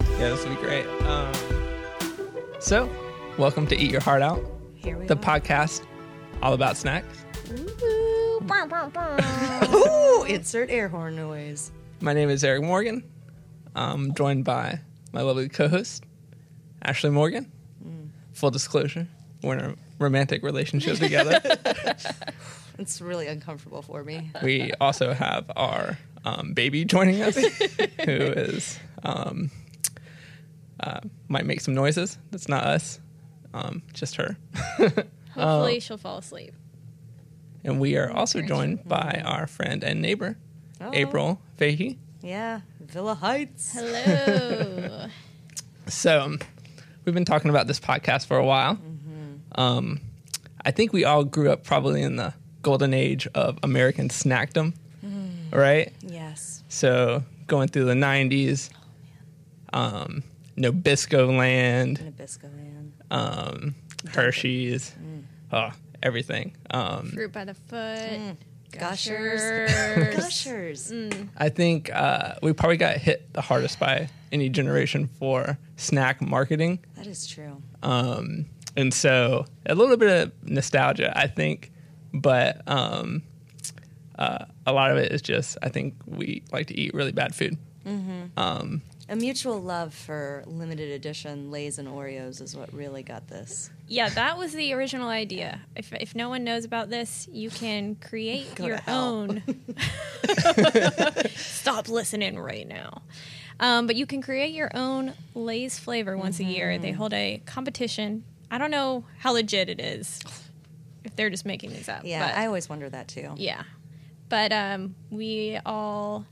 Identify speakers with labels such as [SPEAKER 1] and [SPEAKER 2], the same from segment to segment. [SPEAKER 1] this will be great. Um, so, welcome to Eat Your Heart Out,
[SPEAKER 2] Here we
[SPEAKER 1] the
[SPEAKER 2] go.
[SPEAKER 1] podcast all about snacks.
[SPEAKER 2] Ooh, bow, bow, bow. Ooh, Oh, insert air horn noise.
[SPEAKER 1] My name is Eric Morgan. I'm joined by my lovely co host, Ashley Morgan.
[SPEAKER 2] Mm.
[SPEAKER 1] Full disclosure, we're in a romantic relationship together.
[SPEAKER 2] It's really uncomfortable for me.
[SPEAKER 1] we also have our um, baby joining us, who is um, uh, might make some noises. That's not us, um, just her.
[SPEAKER 3] Hopefully, she'll fall asleep.
[SPEAKER 1] And we are also joined by our friend and neighbor,
[SPEAKER 2] Oh,
[SPEAKER 1] April Fahey.
[SPEAKER 2] Yeah, Villa Heights.
[SPEAKER 3] Hello.
[SPEAKER 1] So um, we've been talking about this podcast for a while. Um, I think we all grew up probably in the golden age of American snackdom, right?
[SPEAKER 2] Yes.
[SPEAKER 1] So going through the 90s, um, Nabisco land,
[SPEAKER 2] Nabisco man.
[SPEAKER 1] um, Hershey's, oh, everything. Um,
[SPEAKER 3] Fruit by the
[SPEAKER 2] Mm,
[SPEAKER 3] foot.
[SPEAKER 2] Gushers.
[SPEAKER 3] Gushers. Mm.
[SPEAKER 2] Gushers.
[SPEAKER 1] I think uh, we probably got hit the hardest by any generation for snack marketing.
[SPEAKER 2] That is true.
[SPEAKER 1] Um, and so a little bit of nostalgia, I think, but um, uh, a lot of it is just, I think we like to eat really bad food.
[SPEAKER 2] A mutual love for limited edition Lay's and Oreos is what really got this.
[SPEAKER 3] Yeah, that was the original idea. If, if no one knows about this, you can create
[SPEAKER 2] Go to
[SPEAKER 3] your
[SPEAKER 2] hell.
[SPEAKER 3] own. Stop listening right now. Um, but you can create your own Lay's flavor once a year.
[SPEAKER 2] Mm-hmm.
[SPEAKER 3] They hold a competition. I don't know how legit it is. If they're just making these up.
[SPEAKER 2] Yeah,
[SPEAKER 3] but-
[SPEAKER 2] I always wonder that too.
[SPEAKER 3] Yeah. But um, we all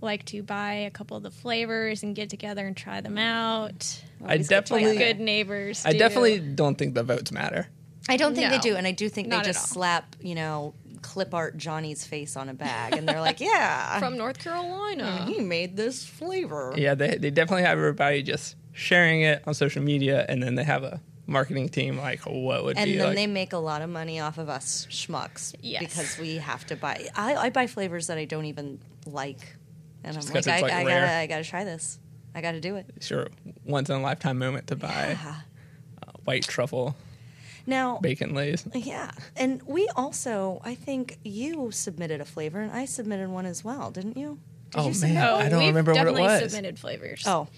[SPEAKER 3] like to buy a couple of the flavors and get together and try them out.
[SPEAKER 1] I
[SPEAKER 2] Always get
[SPEAKER 1] definitely-
[SPEAKER 3] Like
[SPEAKER 2] together.
[SPEAKER 3] good neighbors.
[SPEAKER 1] I
[SPEAKER 3] do.
[SPEAKER 1] definitely don't think the votes matter.
[SPEAKER 2] I don't think they
[SPEAKER 3] No.
[SPEAKER 2] do, and I do think they
[SPEAKER 3] Not at
[SPEAKER 2] just
[SPEAKER 3] all.
[SPEAKER 2] slap, you know, clip art Johnny's face on a bag, and they're like, "Yeah,
[SPEAKER 3] From North Carolina.
[SPEAKER 2] he made this flavor."
[SPEAKER 1] Yeah, they, they definitely have everybody just sharing it on social media, and then they have a marketing team like, what would
[SPEAKER 2] and
[SPEAKER 1] be
[SPEAKER 2] then
[SPEAKER 1] like?
[SPEAKER 2] they make a lot of money off of us schmucks
[SPEAKER 3] Yes.
[SPEAKER 2] because we have to buy. I, I buy flavors that I don't even like, and
[SPEAKER 1] Just
[SPEAKER 2] I'm like,
[SPEAKER 1] 'cause it's,
[SPEAKER 2] I,
[SPEAKER 1] like,
[SPEAKER 2] I
[SPEAKER 1] rare.
[SPEAKER 2] gotta, I gotta try this. I gotta do it.
[SPEAKER 1] it's your once in a lifetime moment to buy
[SPEAKER 2] Yeah.
[SPEAKER 1] uh, white truffle
[SPEAKER 2] Now,
[SPEAKER 1] bacon lays.
[SPEAKER 2] yeah, and we also, I think you submitted a flavor, and I submitted one as well, didn't you? Did
[SPEAKER 1] oh
[SPEAKER 2] you
[SPEAKER 1] man,
[SPEAKER 2] submit-
[SPEAKER 3] Oh,
[SPEAKER 1] I don't
[SPEAKER 3] we've
[SPEAKER 1] remember what it
[SPEAKER 3] definitely
[SPEAKER 1] was.
[SPEAKER 3] submitted flavors.
[SPEAKER 2] Oh,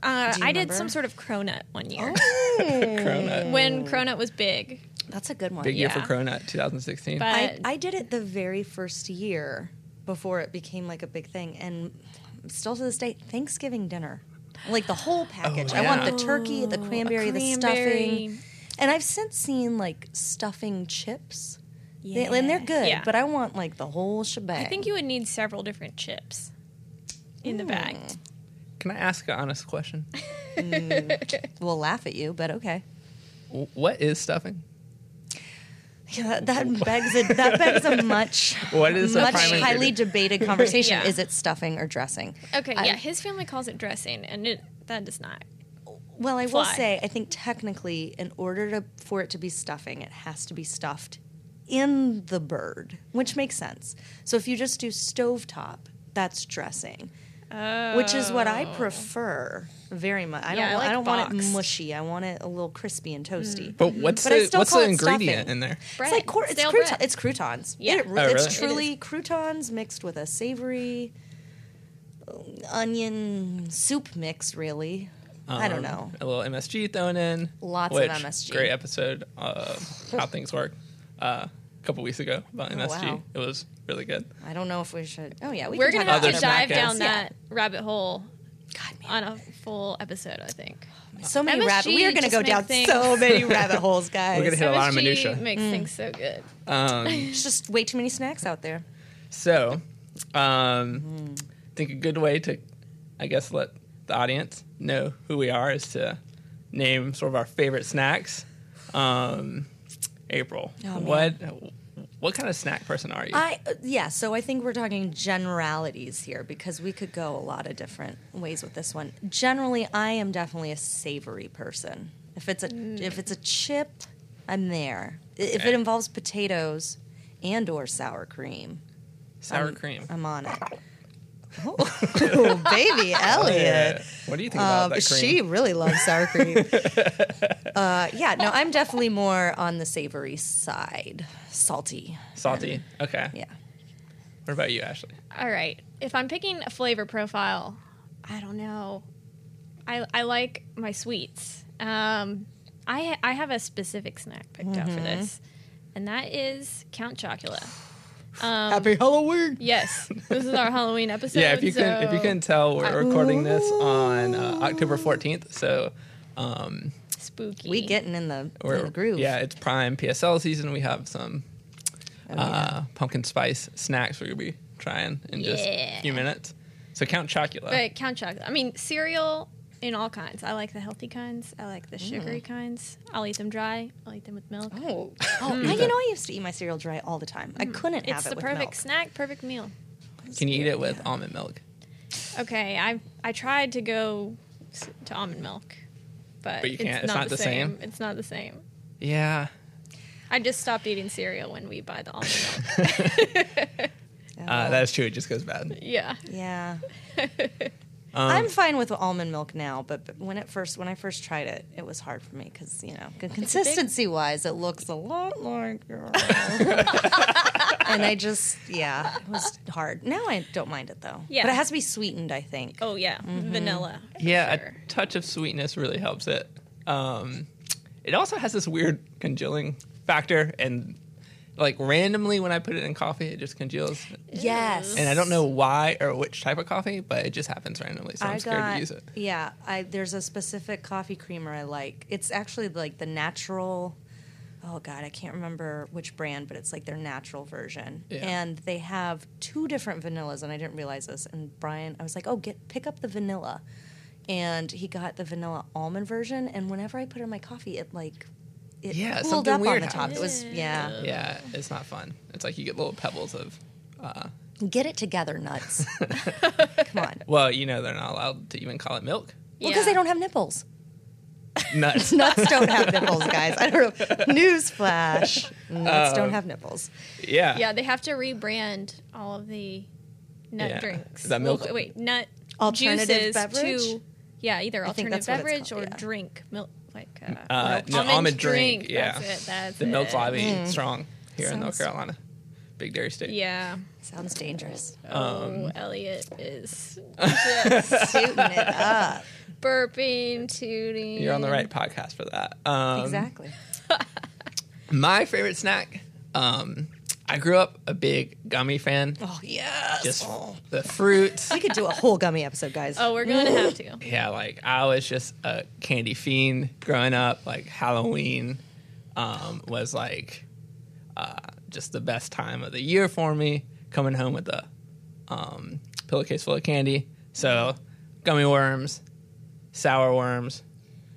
[SPEAKER 3] Uh,
[SPEAKER 2] Do you
[SPEAKER 3] I
[SPEAKER 2] remember?
[SPEAKER 3] did some sort of cronut one year
[SPEAKER 1] Cronut.
[SPEAKER 3] when cronut was big.
[SPEAKER 2] that's a good one.
[SPEAKER 1] Big year for
[SPEAKER 3] Yeah.
[SPEAKER 1] Cronut 2016.
[SPEAKER 3] But
[SPEAKER 2] I, I did it the very first year before it became like a big thing, and still to this day, Thanksgiving dinner, like the whole package. I want
[SPEAKER 1] Oh, yeah.
[SPEAKER 2] the turkey, the cranberry, the
[SPEAKER 3] cranberry.
[SPEAKER 2] stuffing, and I've since seen like stuffing chips, They- and they're
[SPEAKER 3] Yeah.
[SPEAKER 2] good,
[SPEAKER 3] Yeah.
[SPEAKER 2] but I want like the whole shebang.
[SPEAKER 3] I think you would need several different chips in
[SPEAKER 2] Hmm.
[SPEAKER 3] the bag.
[SPEAKER 1] Can I ask an honest question?
[SPEAKER 2] we'll laugh at you, but okay.
[SPEAKER 1] W- what is stuffing?
[SPEAKER 2] Yeah, that, that begs a, that begs a much
[SPEAKER 1] What is a
[SPEAKER 2] much
[SPEAKER 1] prime ingredient?
[SPEAKER 2] highly debated conversation.
[SPEAKER 3] Yeah.
[SPEAKER 2] Is it stuffing or dressing?
[SPEAKER 3] Okay,
[SPEAKER 2] I-
[SPEAKER 3] yeah, his family calls it dressing, and it that does not.
[SPEAKER 2] Well, I will
[SPEAKER 3] fly.
[SPEAKER 2] say, I think technically, in order to, for it to be stuffing, it has to be stuffed in the bird, which makes sense. So if you just do stovetop, that's dressing, which is what I prefer very much. I don't,
[SPEAKER 3] Oh. Yeah, I
[SPEAKER 2] want, I
[SPEAKER 3] like
[SPEAKER 2] don't want it
[SPEAKER 3] boxed.
[SPEAKER 2] mushy. I want it a little crispy and toasty.
[SPEAKER 1] But what's
[SPEAKER 2] Mm-hmm. But I
[SPEAKER 1] the
[SPEAKER 2] still
[SPEAKER 1] what's
[SPEAKER 2] call
[SPEAKER 1] the
[SPEAKER 2] it
[SPEAKER 1] ingredient
[SPEAKER 2] stuffing.
[SPEAKER 1] in there?
[SPEAKER 2] It's like cor- it's,
[SPEAKER 3] stale
[SPEAKER 2] crouton-
[SPEAKER 3] bread.
[SPEAKER 2] it's croutons.
[SPEAKER 3] Yeah.
[SPEAKER 2] It-
[SPEAKER 3] Oh,
[SPEAKER 1] really? It
[SPEAKER 2] It's truly croutons mixed with a savory um, onion soup mix, really. I don't
[SPEAKER 1] Um,
[SPEAKER 2] know.
[SPEAKER 1] A little MSG thrown in.
[SPEAKER 2] Lots of
[SPEAKER 1] which,
[SPEAKER 2] MSG.
[SPEAKER 1] Great episode of How Things Work uh, a couple weeks ago about MSG.
[SPEAKER 2] Oh, wow.
[SPEAKER 1] It was really good.
[SPEAKER 2] I don't know if we should. Oh yeah, we
[SPEAKER 3] We're
[SPEAKER 2] can
[SPEAKER 3] gonna
[SPEAKER 2] talk
[SPEAKER 3] have to
[SPEAKER 1] about
[SPEAKER 2] about
[SPEAKER 3] dive
[SPEAKER 1] other podcasts.
[SPEAKER 3] down
[SPEAKER 2] Yeah.
[SPEAKER 3] that rabbit hole
[SPEAKER 2] God, man.
[SPEAKER 3] on a full episode. I think
[SPEAKER 2] So many
[SPEAKER 3] MSG
[SPEAKER 2] rabbit. We are going to
[SPEAKER 3] just
[SPEAKER 2] go
[SPEAKER 3] make
[SPEAKER 2] down
[SPEAKER 3] things-
[SPEAKER 2] so many rabbit holes, guys.
[SPEAKER 1] We're gonna hit a lot
[SPEAKER 3] MSG
[SPEAKER 1] of minutia.
[SPEAKER 3] makes
[SPEAKER 2] Mm.
[SPEAKER 3] things so good.
[SPEAKER 1] Um,
[SPEAKER 2] There's just way too many snacks out there.
[SPEAKER 1] so, um, I think a good way to, I guess, let the audience know who we are is to name sort of our favorite snacks. Um, April,
[SPEAKER 2] Oh, man.
[SPEAKER 1] what what kind of snack person are you?
[SPEAKER 2] I uh, yeah. So I think we're talking generalities here because we could go a lot of different ways with this one. Generally, I am definitely a savory person. If it's a
[SPEAKER 3] Mm.
[SPEAKER 2] if it's a chip, I'm there. I- If
[SPEAKER 1] Okay.
[SPEAKER 2] it involves potatoes and or sour cream,
[SPEAKER 1] Sour
[SPEAKER 2] I'm-
[SPEAKER 1] cream.
[SPEAKER 2] I'm on it. Oh, baby Elliot.
[SPEAKER 1] What do you think about
[SPEAKER 2] Um,
[SPEAKER 1] that cream?
[SPEAKER 2] she really loves sour cream. uh, yeah, no, I'm definitely more on the savory side, salty.
[SPEAKER 1] Salty. Okay.
[SPEAKER 2] Yeah.
[SPEAKER 1] What about you, Ashley?
[SPEAKER 3] All right. If I'm picking a flavor profile, I don't know. I I like my sweets. Um, I ha- I have a specific snack picked out
[SPEAKER 2] Mm-hmm.
[SPEAKER 3] for this, and that is Count Chocula. Um,
[SPEAKER 2] Happy Halloween.
[SPEAKER 3] yes, this is our Halloween episode.
[SPEAKER 1] yeah, if you can, if you
[SPEAKER 3] so
[SPEAKER 1] can tell, we're recording this on uh, October 14th, so um,
[SPEAKER 3] spooky.
[SPEAKER 2] We getting in the,
[SPEAKER 1] we're
[SPEAKER 2] in the groove.
[SPEAKER 1] Yeah, it's prime PSL season. We have some
[SPEAKER 2] Oh,
[SPEAKER 1] uh, pumpkin spice snacks we're gonna be trying in just a
[SPEAKER 3] Yeah.
[SPEAKER 1] few minutes. So Count Chocula.
[SPEAKER 3] but Count Chocula. I mean cereal in all kinds. I like the healthy kinds. I like the sugary kinds. I'll eat them dry. I'll eat them with milk.
[SPEAKER 2] Mm. Oh, oh I,
[SPEAKER 1] Eat
[SPEAKER 2] you
[SPEAKER 1] that.
[SPEAKER 2] know, I used to eat my cereal dry all the time. I couldn't have
[SPEAKER 3] it's
[SPEAKER 2] it
[SPEAKER 3] the
[SPEAKER 2] with
[SPEAKER 3] perfect
[SPEAKER 2] milk.
[SPEAKER 3] snack, perfect meal.
[SPEAKER 1] Can you eat it with almond milk?
[SPEAKER 3] Okay, I I tried to go s- to almond milk, but,
[SPEAKER 1] But you can't. It's not the same.
[SPEAKER 3] It's not the same.
[SPEAKER 1] Yeah.
[SPEAKER 3] I just stopped eating cereal when we buy the almond milk.
[SPEAKER 2] Oh.
[SPEAKER 1] Uh, that is true. It just goes bad.
[SPEAKER 3] Yeah.
[SPEAKER 2] yeah.
[SPEAKER 1] Um,
[SPEAKER 2] I'm fine with almond milk now, but but when it first when I first tried it, it was hard for me because you know consistency wise, it looks a lot like, and I just yeah, it was hard. Now I don't mind it though.
[SPEAKER 3] Yeah.
[SPEAKER 2] but it has to be sweetened. I think.
[SPEAKER 3] Oh yeah,
[SPEAKER 2] Mm-hmm.
[SPEAKER 3] vanilla. for
[SPEAKER 1] yeah,
[SPEAKER 3] sure.
[SPEAKER 1] a touch of sweetness really helps it. Um, it also has this weird congealing factor, and like randomly when I put it in coffee, it just congeals.
[SPEAKER 2] Yes,
[SPEAKER 1] And I don't know why or which type of coffee, but it just happens randomly. So I am scared to use it.
[SPEAKER 2] Yeah, I there's a specific coffee creamer I like. It's actually like the natural. Oh God, I can't remember which brand, but it's like their natural version,
[SPEAKER 1] Yeah.
[SPEAKER 2] and they have two different vanillas, and I didn't realize this. And Brian, I was like, "Oh, get pick up the vanilla," and he got the vanilla almond version. And whenever I put it in my coffee, it like it
[SPEAKER 1] Yeah,
[SPEAKER 2] cooled
[SPEAKER 1] something
[SPEAKER 2] up on
[SPEAKER 1] weird
[SPEAKER 2] the top. It was yeah.
[SPEAKER 1] Yeah, it's not fun. It's like you get little pebbles of.
[SPEAKER 2] Get it together, nuts. Come on,
[SPEAKER 1] Well, you know they're not allowed to even call it milk.
[SPEAKER 2] well,
[SPEAKER 3] Yeah.
[SPEAKER 2] because they don't have nipples.
[SPEAKER 1] Nuts.
[SPEAKER 2] nuts don't have nipples, guys. I don't know. Newsflash: nuts don't have nipples.
[SPEAKER 1] Yeah.
[SPEAKER 3] Yeah, they have to rebrand all of the nut
[SPEAKER 1] Yeah.
[SPEAKER 3] drinks.
[SPEAKER 1] Is that milk-
[SPEAKER 3] Well, wait, nut
[SPEAKER 2] Alternative
[SPEAKER 3] juices
[SPEAKER 2] beverage?
[SPEAKER 3] to yeah, either
[SPEAKER 2] I think
[SPEAKER 3] alternative
[SPEAKER 2] that's what it's
[SPEAKER 3] beverage
[SPEAKER 2] called,
[SPEAKER 3] or
[SPEAKER 2] yeah.
[SPEAKER 3] drink milk like uh,
[SPEAKER 1] Uh,
[SPEAKER 3] milk-
[SPEAKER 1] no, almond, drink. Yeah.
[SPEAKER 3] That's it. That's
[SPEAKER 1] the milk
[SPEAKER 3] it.
[SPEAKER 1] lobby is strong here in North
[SPEAKER 2] Mm. Sounds-
[SPEAKER 1] Carolina. Big dairy state.
[SPEAKER 3] Yeah.
[SPEAKER 2] Sounds dangerous.
[SPEAKER 1] Um,
[SPEAKER 3] oh, Elliot is just
[SPEAKER 2] Suiting it up.
[SPEAKER 3] burping, tooting.
[SPEAKER 1] You're on the right podcast for that. Um,
[SPEAKER 2] exactly.
[SPEAKER 1] My favorite snack. Um, I grew up a big gummy fan.
[SPEAKER 2] Oh yes.
[SPEAKER 1] Just
[SPEAKER 2] Oh.
[SPEAKER 1] the fruits.
[SPEAKER 2] We could do a whole gummy episode, guys.
[SPEAKER 3] Oh, we're going to have to.
[SPEAKER 1] yeah, like I was just a candy fiend growing up. Like Halloween um, was like uh, just the best time of the year for me. Coming home with a um, pillowcase full of candy, so gummy worms, sour worms.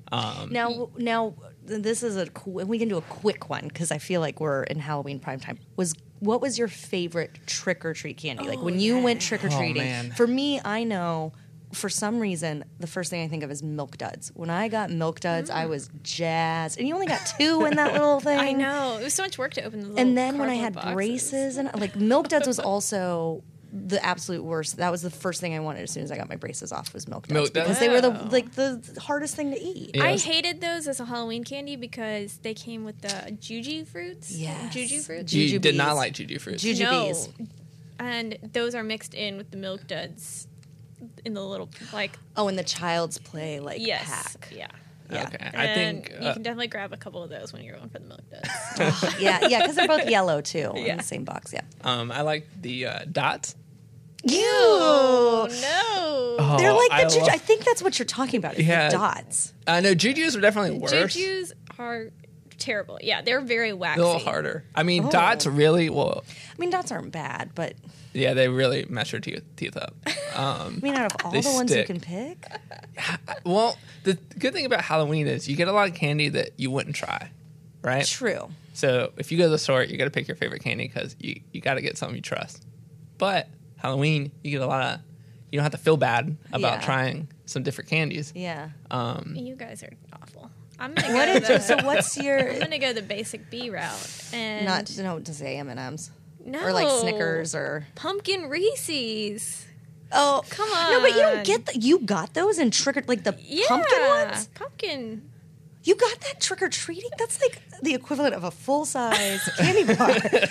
[SPEAKER 1] Um,
[SPEAKER 2] Now, now, th- this is a qu- and we can do a quick one because I feel like we're in Halloween prime time. Was what was your favorite trick or treat candy? like when you went trick or treating?
[SPEAKER 1] Oh, man.
[SPEAKER 2] for me, I know. For some reason, the first thing I think of is milk duds. When I got milk duds, I was jazzed, and you only got two in that little thing.
[SPEAKER 3] I know. It was so much work to open the little
[SPEAKER 2] And then when I had
[SPEAKER 3] cardboard boxes.
[SPEAKER 2] braces and like milk duds was also the absolute worst. That was the first thing I wanted as soon as I got my braces off was milk duds
[SPEAKER 1] Milk duds?
[SPEAKER 2] because they were the
[SPEAKER 3] Oh.
[SPEAKER 2] like the hardest thing to eat.
[SPEAKER 1] Yeah.
[SPEAKER 3] I
[SPEAKER 1] Yes.
[SPEAKER 3] hated those as a Halloween candy because they came with the juju fruits.
[SPEAKER 2] Yes.
[SPEAKER 3] Juju fruits?
[SPEAKER 1] you did
[SPEAKER 2] jujubes.
[SPEAKER 1] not like juju fruits.
[SPEAKER 2] Ju- Jujubes.
[SPEAKER 3] No. And those are mixed in with the milk duds in the little, like,
[SPEAKER 2] Oh, and the child's play like
[SPEAKER 3] yes.
[SPEAKER 2] pack.
[SPEAKER 3] Yeah.
[SPEAKER 2] Yeah.
[SPEAKER 1] Okay, I
[SPEAKER 3] And
[SPEAKER 1] think
[SPEAKER 3] you
[SPEAKER 1] uh,
[SPEAKER 3] can definitely grab a couple of those when you're going for the milk duds.
[SPEAKER 2] yeah, yeah, because they're both yellow too in
[SPEAKER 3] Yeah.
[SPEAKER 2] the same box. Yeah.
[SPEAKER 1] um, I like the uh, dots.
[SPEAKER 2] You.
[SPEAKER 3] no.
[SPEAKER 2] They're
[SPEAKER 1] Oh,
[SPEAKER 2] like the
[SPEAKER 1] I
[SPEAKER 2] I,
[SPEAKER 1] love-
[SPEAKER 2] I think that's what you're talking about. Is
[SPEAKER 1] Yeah.
[SPEAKER 2] the dots.
[SPEAKER 1] I know jujus are definitely worse.
[SPEAKER 3] Jujus are terrible. Yeah, they're very
[SPEAKER 1] a
[SPEAKER 3] waxy.
[SPEAKER 1] little harder. I mean,
[SPEAKER 2] Oh.
[SPEAKER 1] dots really well.
[SPEAKER 2] I mean, dots aren't bad, but
[SPEAKER 1] Yeah, they really mess your teeth, teeth up.
[SPEAKER 2] I mean, out of all
[SPEAKER 1] They
[SPEAKER 2] the ones you
[SPEAKER 1] stick.
[SPEAKER 2] can pick,
[SPEAKER 1] well, the good thing about Halloween is you get a lot of candy that you wouldn't try, right?
[SPEAKER 2] true.
[SPEAKER 1] So if you go to the store, you got to pick your favorite candy because you, you got to get something you trust. But Halloween, you get a lot of. You don't have to feel bad about
[SPEAKER 2] Yeah.
[SPEAKER 1] trying some different candies.
[SPEAKER 2] Yeah.
[SPEAKER 3] You guys are awful. I'm gonna
[SPEAKER 2] What
[SPEAKER 3] go
[SPEAKER 2] did
[SPEAKER 3] to the,
[SPEAKER 2] so? What's your
[SPEAKER 3] I'm gonna go the basic B route and
[SPEAKER 2] not no to say M and M's
[SPEAKER 3] no
[SPEAKER 2] or like Snickers or
[SPEAKER 3] pumpkin Reese's.
[SPEAKER 2] Oh,
[SPEAKER 3] Come
[SPEAKER 2] No, but you
[SPEAKER 3] on.
[SPEAKER 2] don't get the, you got those in trick or like the
[SPEAKER 3] Yeah,
[SPEAKER 2] pumpkin ones.
[SPEAKER 3] Pumpkin.
[SPEAKER 2] You got that trick or treating? That's like the equivalent of a full size candy bar.
[SPEAKER 3] I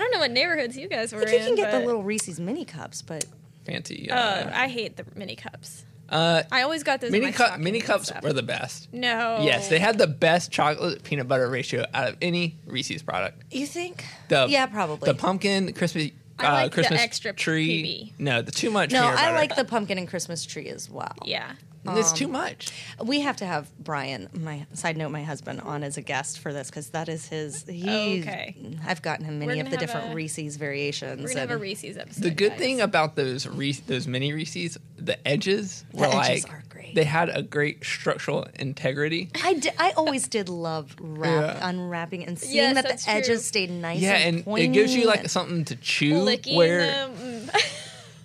[SPEAKER 3] don't know what neighborhoods you guys were
[SPEAKER 2] Like you
[SPEAKER 3] in.
[SPEAKER 2] can get the
[SPEAKER 3] but,
[SPEAKER 2] little Reese's mini cups, but
[SPEAKER 1] Fancy.
[SPEAKER 3] Uh,
[SPEAKER 1] Uh,
[SPEAKER 3] I hate the mini cups.
[SPEAKER 1] uh,
[SPEAKER 3] I always got those.
[SPEAKER 1] mini,
[SPEAKER 3] in my
[SPEAKER 1] cup,
[SPEAKER 3] stockings
[SPEAKER 1] mini
[SPEAKER 3] and
[SPEAKER 1] cups
[SPEAKER 3] stuff. Oh.
[SPEAKER 1] were the best.
[SPEAKER 3] No.
[SPEAKER 1] Yes, they had the best chocolate peanut butter ratio out of any Reese's product.
[SPEAKER 2] you think?
[SPEAKER 1] The,
[SPEAKER 2] yeah, probably.
[SPEAKER 1] The pumpkin crispy uh,
[SPEAKER 3] I like the
[SPEAKER 1] Christmas
[SPEAKER 3] extra
[SPEAKER 1] tree.
[SPEAKER 3] PB.
[SPEAKER 1] No, the too much.
[SPEAKER 2] no,
[SPEAKER 1] peanut
[SPEAKER 2] I
[SPEAKER 1] butter.
[SPEAKER 2] like um, the pumpkin and Christmas tree as well.
[SPEAKER 3] Yeah.
[SPEAKER 1] It's too much.
[SPEAKER 2] We have to have Brian, my side note, my husband, on as a guest for this because that is his. He,
[SPEAKER 3] Oh, Okay.
[SPEAKER 2] I've gotten him many
[SPEAKER 3] We're gonna
[SPEAKER 2] of the
[SPEAKER 3] have
[SPEAKER 2] different
[SPEAKER 3] a-
[SPEAKER 2] Reese's variations.
[SPEAKER 3] We're gonna have a
[SPEAKER 2] and
[SPEAKER 3] Reese's episode.
[SPEAKER 1] The good
[SPEAKER 3] guys.
[SPEAKER 1] thing about those Reese, those mini Reese's, the edges were
[SPEAKER 2] edges
[SPEAKER 1] like
[SPEAKER 2] are great.
[SPEAKER 1] they had a great structural integrity.
[SPEAKER 2] I, di- I always did love wrap,
[SPEAKER 1] Yeah.
[SPEAKER 2] unwrapping and seeing
[SPEAKER 3] Yes,
[SPEAKER 2] that
[SPEAKER 3] that's
[SPEAKER 2] the
[SPEAKER 3] true.
[SPEAKER 2] edges stayed nice.
[SPEAKER 1] yeah,
[SPEAKER 2] and,
[SPEAKER 1] and it gives you
[SPEAKER 2] pointy
[SPEAKER 1] like
[SPEAKER 2] and-
[SPEAKER 1] something to chew.
[SPEAKER 3] licking
[SPEAKER 1] where
[SPEAKER 3] them. Mm.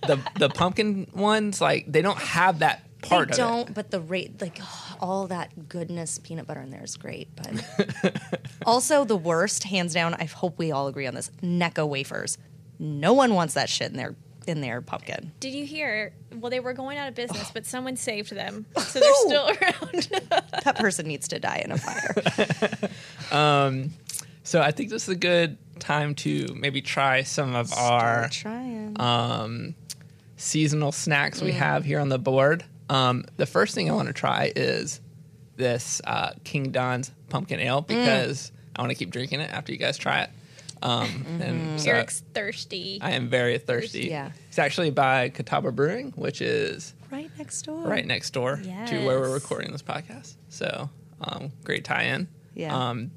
[SPEAKER 1] the the pumpkin ones, like they don't have that part
[SPEAKER 2] They
[SPEAKER 1] of
[SPEAKER 2] don't, but the rate, like all that goodness peanut butter in there is great. But also the worst, hands down. I hope we all agree on this. Necco wafers. No one wants that shit in their in their pumpkin.
[SPEAKER 3] Did you hear? Well, they were going out of business, but someone saved them, so they're still
[SPEAKER 1] Oh!
[SPEAKER 3] around.
[SPEAKER 2] That person needs to die in a fire.
[SPEAKER 1] it. So I think this is a good time to maybe try some of
[SPEAKER 2] We're
[SPEAKER 1] our
[SPEAKER 2] trying.
[SPEAKER 1] Um, seasonal snacks we have here on the board. Um, the first thing I want to try is this uh, King Don's pumpkin ale
[SPEAKER 2] Mm.
[SPEAKER 1] because I want to keep drinking it after you guys try it. Um,
[SPEAKER 2] Mm-hmm.
[SPEAKER 1] And so
[SPEAKER 3] Eric's thirsty.
[SPEAKER 1] I am very thirsty.
[SPEAKER 2] Yeah.
[SPEAKER 1] It's actually by Catawba Brewing, which is
[SPEAKER 2] right next door.
[SPEAKER 1] right next door to where we're
[SPEAKER 3] Yes.
[SPEAKER 1] recording this podcast. So um, great tie-in.
[SPEAKER 2] Yeah.
[SPEAKER 1] Um,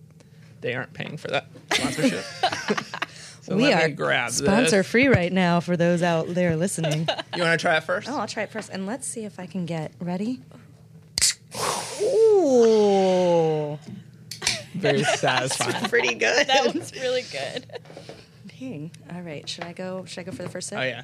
[SPEAKER 1] they aren't paying for that sponsorship. so
[SPEAKER 2] we
[SPEAKER 1] let
[SPEAKER 2] are
[SPEAKER 1] me grab
[SPEAKER 2] sponsor
[SPEAKER 1] This.
[SPEAKER 2] free right now for those out there listening.
[SPEAKER 1] You want to try it first?
[SPEAKER 2] oh, I'll try it first, and let's see if I can get ready. Ooh,
[SPEAKER 1] Very satisfying.
[SPEAKER 2] pretty good.
[SPEAKER 3] that was really good.
[SPEAKER 2] Dang. All right, should I go? Should I go for the first sip?
[SPEAKER 1] oh yeah.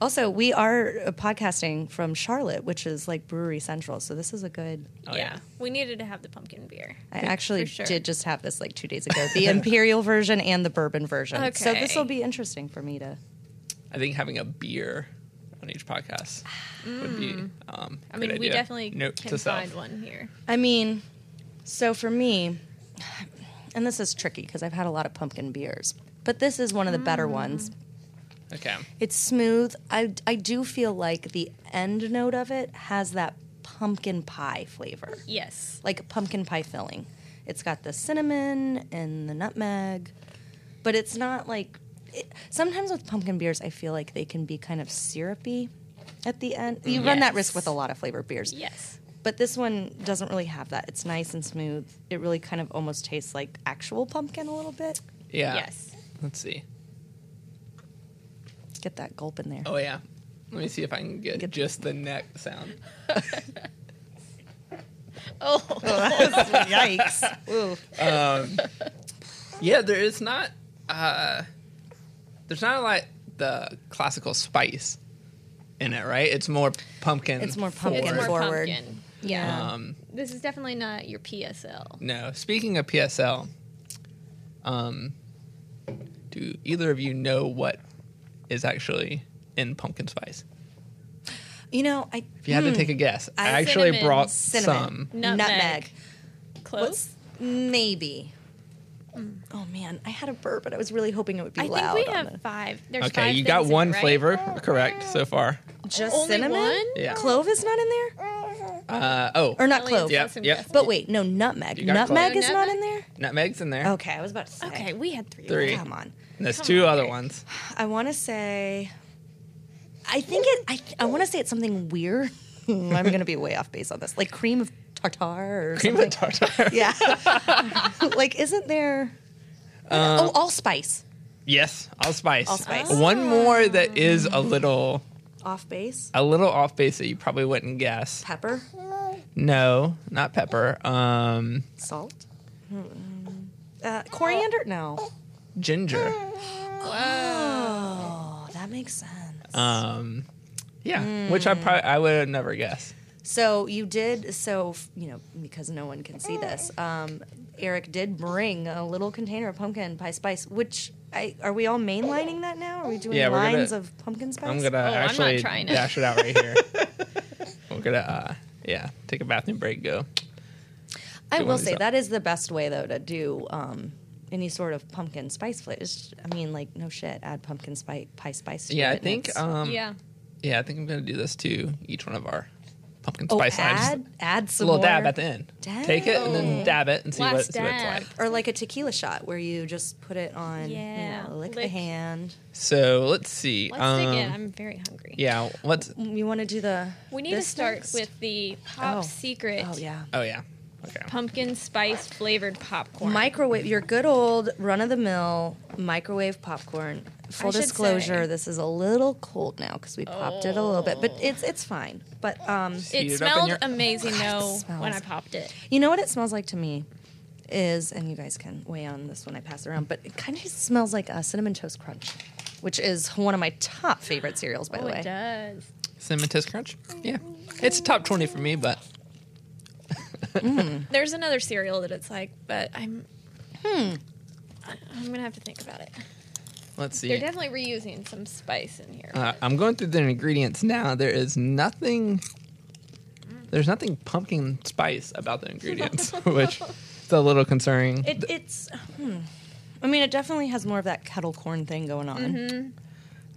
[SPEAKER 2] Also, we are uh, podcasting from Charlotte, which is like Brewery Central, so this is a good.
[SPEAKER 1] Oh,
[SPEAKER 3] yeah. we needed to have the pumpkin beer.
[SPEAKER 2] I actually
[SPEAKER 3] For sure.
[SPEAKER 2] did just have this like two days ago, the imperial version and the bourbon version. So
[SPEAKER 3] Okay.
[SPEAKER 2] this will be interesting for me to.
[SPEAKER 1] I think having a beer on each podcast would be. Um,
[SPEAKER 3] Mm. I mean,
[SPEAKER 1] great
[SPEAKER 3] we
[SPEAKER 1] idea.
[SPEAKER 3] definitely
[SPEAKER 1] Note
[SPEAKER 3] can
[SPEAKER 1] to self.
[SPEAKER 3] find one here.
[SPEAKER 2] I mean, so for me, and this is tricky because I've had a lot of pumpkin beers, but this is one of the better ones.
[SPEAKER 1] Okay,
[SPEAKER 2] It's smooth. I I do feel like the end note of it has that pumpkin pie flavor.
[SPEAKER 3] Yes,
[SPEAKER 2] like pumpkin pie filling. It's got the cinnamon and the nutmeg, but it's not like. It, sometimes with pumpkin beers, I feel like they can be kind of syrupy at the end. You run that
[SPEAKER 3] Yes.
[SPEAKER 2] risk with a lot of flavored beers,
[SPEAKER 3] yes.
[SPEAKER 2] but this one doesn't really have that. It's nice and smooth. It really kind of almost tastes like actual pumpkin a little bit.
[SPEAKER 1] yeah.
[SPEAKER 3] Yes.
[SPEAKER 1] Let's see.
[SPEAKER 2] Get that gulp in there.
[SPEAKER 1] Oh yeah. Let me see if I can get,
[SPEAKER 2] Get-
[SPEAKER 1] just the neck sound.
[SPEAKER 3] Oh,
[SPEAKER 2] Yikes! Ooh.
[SPEAKER 1] Yeah, there is not. Uh, there's not like the classical spice in it, right? It's more pumpkin.
[SPEAKER 2] It's more
[SPEAKER 1] forward.
[SPEAKER 3] it's
[SPEAKER 2] Pumpkin
[SPEAKER 3] more
[SPEAKER 2] forward.
[SPEAKER 3] pumpkin.
[SPEAKER 2] Yeah.
[SPEAKER 1] Um,
[SPEAKER 3] This is definitely not your PSL.
[SPEAKER 1] no. Speaking of PSL, um, do either of you know what is actually in pumpkin spice?
[SPEAKER 2] you know, I
[SPEAKER 1] If you had to take a guess, I,
[SPEAKER 2] I-
[SPEAKER 1] actually
[SPEAKER 3] Hmm. Cinnamon,
[SPEAKER 1] brought
[SPEAKER 2] cinnamon,
[SPEAKER 1] some.
[SPEAKER 3] Nutmeg.
[SPEAKER 2] nutmeg.
[SPEAKER 3] Close.
[SPEAKER 2] Maybe. Oh man, I had a burp, but I was really hoping it would be
[SPEAKER 3] I
[SPEAKER 2] loud.
[SPEAKER 3] think we
[SPEAKER 2] on
[SPEAKER 3] have
[SPEAKER 2] the-
[SPEAKER 3] five. There's
[SPEAKER 1] Okay,
[SPEAKER 3] five
[SPEAKER 1] you got
[SPEAKER 3] things in
[SPEAKER 1] one
[SPEAKER 3] it, right? Oh,
[SPEAKER 1] flavor correct so far.
[SPEAKER 2] just
[SPEAKER 3] Only
[SPEAKER 2] cinnamon.
[SPEAKER 3] one?
[SPEAKER 1] Yeah.
[SPEAKER 2] Clove is not in there,
[SPEAKER 1] Uh, oh,
[SPEAKER 2] or not
[SPEAKER 3] Elliot's got
[SPEAKER 2] clove.
[SPEAKER 1] Yep,
[SPEAKER 3] some
[SPEAKER 1] yep.
[SPEAKER 3] guesses.
[SPEAKER 2] But wait, no nutmeg.
[SPEAKER 1] You got
[SPEAKER 2] Nutmeg
[SPEAKER 3] clove.
[SPEAKER 2] is not in there.
[SPEAKER 1] nutmeg's in there.
[SPEAKER 2] Okay, I was about to say.
[SPEAKER 3] okay, we had three.
[SPEAKER 1] Three.
[SPEAKER 2] Come on,
[SPEAKER 1] and there's
[SPEAKER 3] Oh, come
[SPEAKER 1] two
[SPEAKER 3] on,
[SPEAKER 1] other
[SPEAKER 3] Eric.
[SPEAKER 1] ones.
[SPEAKER 2] I want to say. I think it. I I want to say it's something weird. I'm gonna be way off base on this, like cream of tartar or
[SPEAKER 1] Cream
[SPEAKER 2] something.
[SPEAKER 1] of tartar.
[SPEAKER 2] yeah. like, isn't there?
[SPEAKER 1] Uh,
[SPEAKER 2] oh, allspice.
[SPEAKER 1] Yes, allspice.
[SPEAKER 2] Allspice.
[SPEAKER 1] One more
[SPEAKER 3] Ah.
[SPEAKER 1] that is a little
[SPEAKER 2] Off base.
[SPEAKER 1] a little off base that you probably wouldn't guess.
[SPEAKER 2] Pepper.
[SPEAKER 1] No, not pepper. Um,
[SPEAKER 2] Salt. Hmm. Uh, coriander. No.
[SPEAKER 1] ginger.
[SPEAKER 2] Oh, that makes sense.
[SPEAKER 1] Um, yeah,
[SPEAKER 3] Mm.
[SPEAKER 1] which I probably I would have never guessed.
[SPEAKER 2] So you did. So f- you know because no one can see this. Um, Eric did bring a little container of pumpkin pie spice, which I, are we all mainlining that now? Are we doing
[SPEAKER 1] Yeah, we're gonna-
[SPEAKER 2] lines of pumpkin spice?
[SPEAKER 1] I'm gonna
[SPEAKER 3] Oh, I'm not
[SPEAKER 1] actually
[SPEAKER 3] trying it.
[SPEAKER 1] dash it out right here. We're gonna, uh, yeah, take a bathroom break. Go.
[SPEAKER 2] I
[SPEAKER 1] do
[SPEAKER 2] will
[SPEAKER 1] one of
[SPEAKER 2] say
[SPEAKER 1] these.
[SPEAKER 2] that is the best way though to do um, any sort of pumpkin spice flavors. I mean, like no shit, add pumpkin spice pie spice. To
[SPEAKER 1] Yeah,
[SPEAKER 2] it
[SPEAKER 1] I
[SPEAKER 2] and
[SPEAKER 1] think.
[SPEAKER 2] it's-
[SPEAKER 1] Um, yeah.
[SPEAKER 3] yeah.
[SPEAKER 1] I think I'm gonna do this to each one of our pumpkin
[SPEAKER 2] oh,
[SPEAKER 1] spice lines.
[SPEAKER 2] add add
[SPEAKER 1] a
[SPEAKER 2] some
[SPEAKER 1] little
[SPEAKER 2] more,
[SPEAKER 1] dab at the end.
[SPEAKER 2] Dab.
[SPEAKER 1] Take it and then dab it and see what,
[SPEAKER 3] Last
[SPEAKER 1] see what it's
[SPEAKER 3] dab.
[SPEAKER 1] like.
[SPEAKER 2] or like a tequila shot where you just put it on.
[SPEAKER 3] Yeah,
[SPEAKER 2] you know, lick, the
[SPEAKER 3] lick.
[SPEAKER 2] hand.
[SPEAKER 1] So let's see.
[SPEAKER 3] Let's
[SPEAKER 1] um,
[SPEAKER 3] dig in. I'm very hungry.
[SPEAKER 1] Yeah. Let's.
[SPEAKER 2] You want to do the?
[SPEAKER 3] We need to
[SPEAKER 2] this
[SPEAKER 3] start
[SPEAKER 2] next?
[SPEAKER 3] with the pop
[SPEAKER 2] Oh.
[SPEAKER 3] secret
[SPEAKER 2] Oh yeah.
[SPEAKER 1] Oh yeah. Okay.
[SPEAKER 3] pumpkin spice flavored popcorn.
[SPEAKER 2] Microwave your good old run of the mill microwave popcorn. Full
[SPEAKER 3] I should
[SPEAKER 2] disclosure,
[SPEAKER 3] say-
[SPEAKER 2] this is a little cold now because we popped it a little bit, but it's it's fine. But um,
[SPEAKER 3] it
[SPEAKER 1] Heat it up in
[SPEAKER 3] smelled
[SPEAKER 1] your-
[SPEAKER 3] amazing though
[SPEAKER 2] smells-
[SPEAKER 3] when I popped it.
[SPEAKER 2] you know what it smells like to me is, and you guys can weigh on this when I pass it around, but it kind of smells like a cinnamon toast crunch, which is one of my top favorite cereals, by the
[SPEAKER 3] Oh,
[SPEAKER 2] way.
[SPEAKER 3] it does.
[SPEAKER 1] Cinnamon Toast Crunch. Yeah. It's top twenty for me, but
[SPEAKER 3] There's another cereal that it's like, but I'm I- I'm gonna have to think about it.
[SPEAKER 1] let's see.
[SPEAKER 3] They're definitely reusing some spice in here.
[SPEAKER 1] Uh, I'm going through the ingredients now. There is nothing. There's nothing pumpkin spice about the ingredients, which is a little concerning.
[SPEAKER 2] It, it's, hmm. I mean, it definitely has more of that kettle corn thing going on,
[SPEAKER 3] Mm-hmm.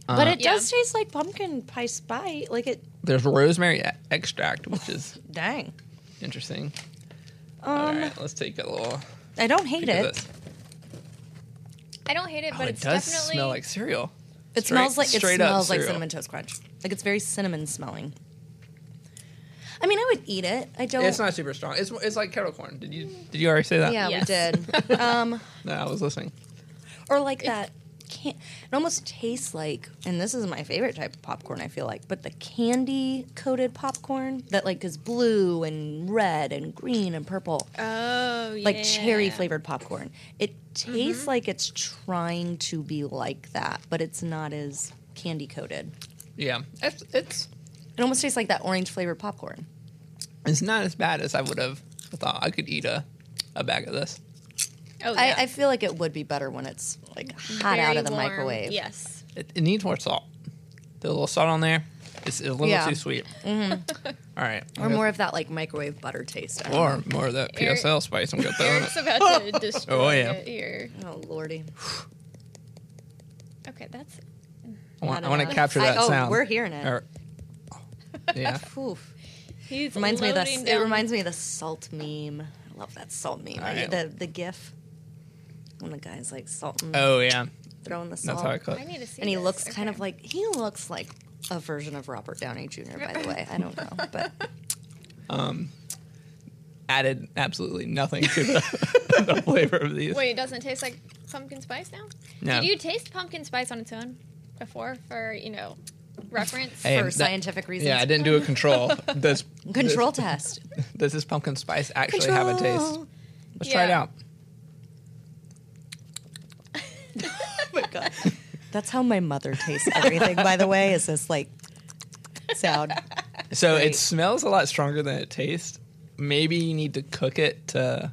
[SPEAKER 2] but
[SPEAKER 1] Uh,
[SPEAKER 2] it does taste like pumpkin pie spice. Like it,
[SPEAKER 1] There's rosemary e- extract, which is
[SPEAKER 2] dang.
[SPEAKER 1] interesting.
[SPEAKER 2] Um,
[SPEAKER 1] All right, let's take a little
[SPEAKER 2] I don't hate
[SPEAKER 1] peek at
[SPEAKER 2] it.
[SPEAKER 1] this.
[SPEAKER 3] I don't hate it,
[SPEAKER 1] Oh,
[SPEAKER 3] but
[SPEAKER 1] it
[SPEAKER 3] it's
[SPEAKER 1] does
[SPEAKER 3] definitely
[SPEAKER 1] smell like cereal.
[SPEAKER 2] It
[SPEAKER 1] Straight-
[SPEAKER 2] smells like it
[SPEAKER 1] straight up
[SPEAKER 2] smells like
[SPEAKER 1] cereal.
[SPEAKER 2] cinnamon toast crunch. Like it's very cinnamon smelling. I mean, I would eat it. I don't.
[SPEAKER 1] It's not super strong. It's it's like kettle corn. Did you did you already say that?
[SPEAKER 2] yeah,
[SPEAKER 3] Yes.
[SPEAKER 2] we did. um,
[SPEAKER 1] No, I was listening.
[SPEAKER 2] or like that. Can- it almost tastes like, and this is my favorite type of popcorn. I feel like, but the candy coated popcorn that like is blue and red and green and purple,
[SPEAKER 3] oh yeah. Mm-hmm.
[SPEAKER 2] like cherry flavored popcorn. It tastes like it's trying to be like that, but it's not as candy coated.
[SPEAKER 1] Yeah, it's it's
[SPEAKER 2] It almost tastes like that orange flavored popcorn.
[SPEAKER 1] it's not as bad as I would have thought. I could eat a a bag of this.
[SPEAKER 3] Oh yeah.
[SPEAKER 2] I, I feel like it would be better when it's like hot
[SPEAKER 3] Very
[SPEAKER 2] out of the
[SPEAKER 3] warm.
[SPEAKER 2] microwave.
[SPEAKER 3] Yes.
[SPEAKER 1] It, it needs more salt. The little salt on there, it's a little
[SPEAKER 2] Yeah.
[SPEAKER 1] too sweet. All right,
[SPEAKER 2] Or more of that like microwave butter taste. I don't
[SPEAKER 1] or more of that PSL spice. I'm gonna throw in
[SPEAKER 3] Eric's
[SPEAKER 1] it.
[SPEAKER 3] about to destroy
[SPEAKER 1] Oh, yeah.
[SPEAKER 3] it here.
[SPEAKER 2] know. Oh lordy!
[SPEAKER 3] Okay, that's
[SPEAKER 1] I want,
[SPEAKER 2] not
[SPEAKER 1] I want to
[SPEAKER 2] enough.
[SPEAKER 1] capture
[SPEAKER 2] I-
[SPEAKER 1] that
[SPEAKER 2] oh,
[SPEAKER 1] sound.
[SPEAKER 2] we're hearing it.
[SPEAKER 1] Or- yeah,
[SPEAKER 2] Oof.
[SPEAKER 3] he's
[SPEAKER 2] Reminds me of
[SPEAKER 3] loading
[SPEAKER 2] the, it
[SPEAKER 3] down-
[SPEAKER 2] reminds me of the salt meme. I love that salt meme.
[SPEAKER 1] right.
[SPEAKER 2] The the GIF when the guy's like salting,
[SPEAKER 1] oh yeah,
[SPEAKER 2] throwing the salt,
[SPEAKER 1] that's how I cook.
[SPEAKER 3] I need to see
[SPEAKER 2] and he
[SPEAKER 3] this.
[SPEAKER 2] looks kind
[SPEAKER 3] Okay.
[SPEAKER 2] of like he looks like a version of Robert Downey Jr. By the way, I don't know, but
[SPEAKER 1] Added absolutely nothing to the, the flavor of these.
[SPEAKER 3] Wait, it doesn't taste like pumpkin spice now?
[SPEAKER 1] No.
[SPEAKER 3] Did you taste pumpkin spice on its own before for, you know, reference?
[SPEAKER 1] Hey,
[SPEAKER 2] for
[SPEAKER 1] that-
[SPEAKER 2] scientific reasons,
[SPEAKER 1] Yeah, I didn't do a control. Does
[SPEAKER 2] control test.
[SPEAKER 1] Does, does this pumpkin spice actually have a taste?
[SPEAKER 2] Control.
[SPEAKER 1] Let's try it
[SPEAKER 3] Yeah.
[SPEAKER 1] out.
[SPEAKER 2] Oh my god. That's how my mother tastes everything, by the way, is this like sound.
[SPEAKER 1] So
[SPEAKER 2] Great.
[SPEAKER 1] it smells a lot stronger than it tastes. Maybe you need to cook it to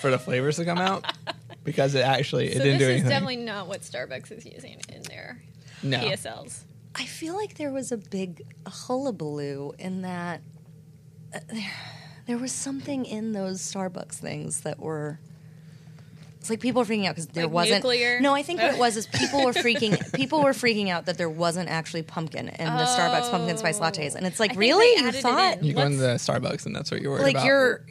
[SPEAKER 1] for the flavors to come out because it actually it
[SPEAKER 3] so this
[SPEAKER 1] didn't do
[SPEAKER 3] is
[SPEAKER 1] anything.
[SPEAKER 3] definitely not what Starbucks is using in their
[SPEAKER 1] no.
[SPEAKER 3] PSLs.
[SPEAKER 2] I feel like there was a big hullabaloo in that uh, there, there was something in those Starbucks things that were. It's like people were freaking out because there
[SPEAKER 3] Like
[SPEAKER 2] wasn't.
[SPEAKER 3] nuclear?
[SPEAKER 2] No, I think what it was is people were freaking people were freaking out that there wasn't actually pumpkin in the Starbucks pumpkin spice lattes, and it's like
[SPEAKER 3] Oh. I think they
[SPEAKER 2] really you
[SPEAKER 3] added it
[SPEAKER 2] thought
[SPEAKER 3] in.
[SPEAKER 1] You go
[SPEAKER 3] Let's-
[SPEAKER 1] into the Starbucks and that's what you're worried
[SPEAKER 2] like
[SPEAKER 1] about.
[SPEAKER 2] you're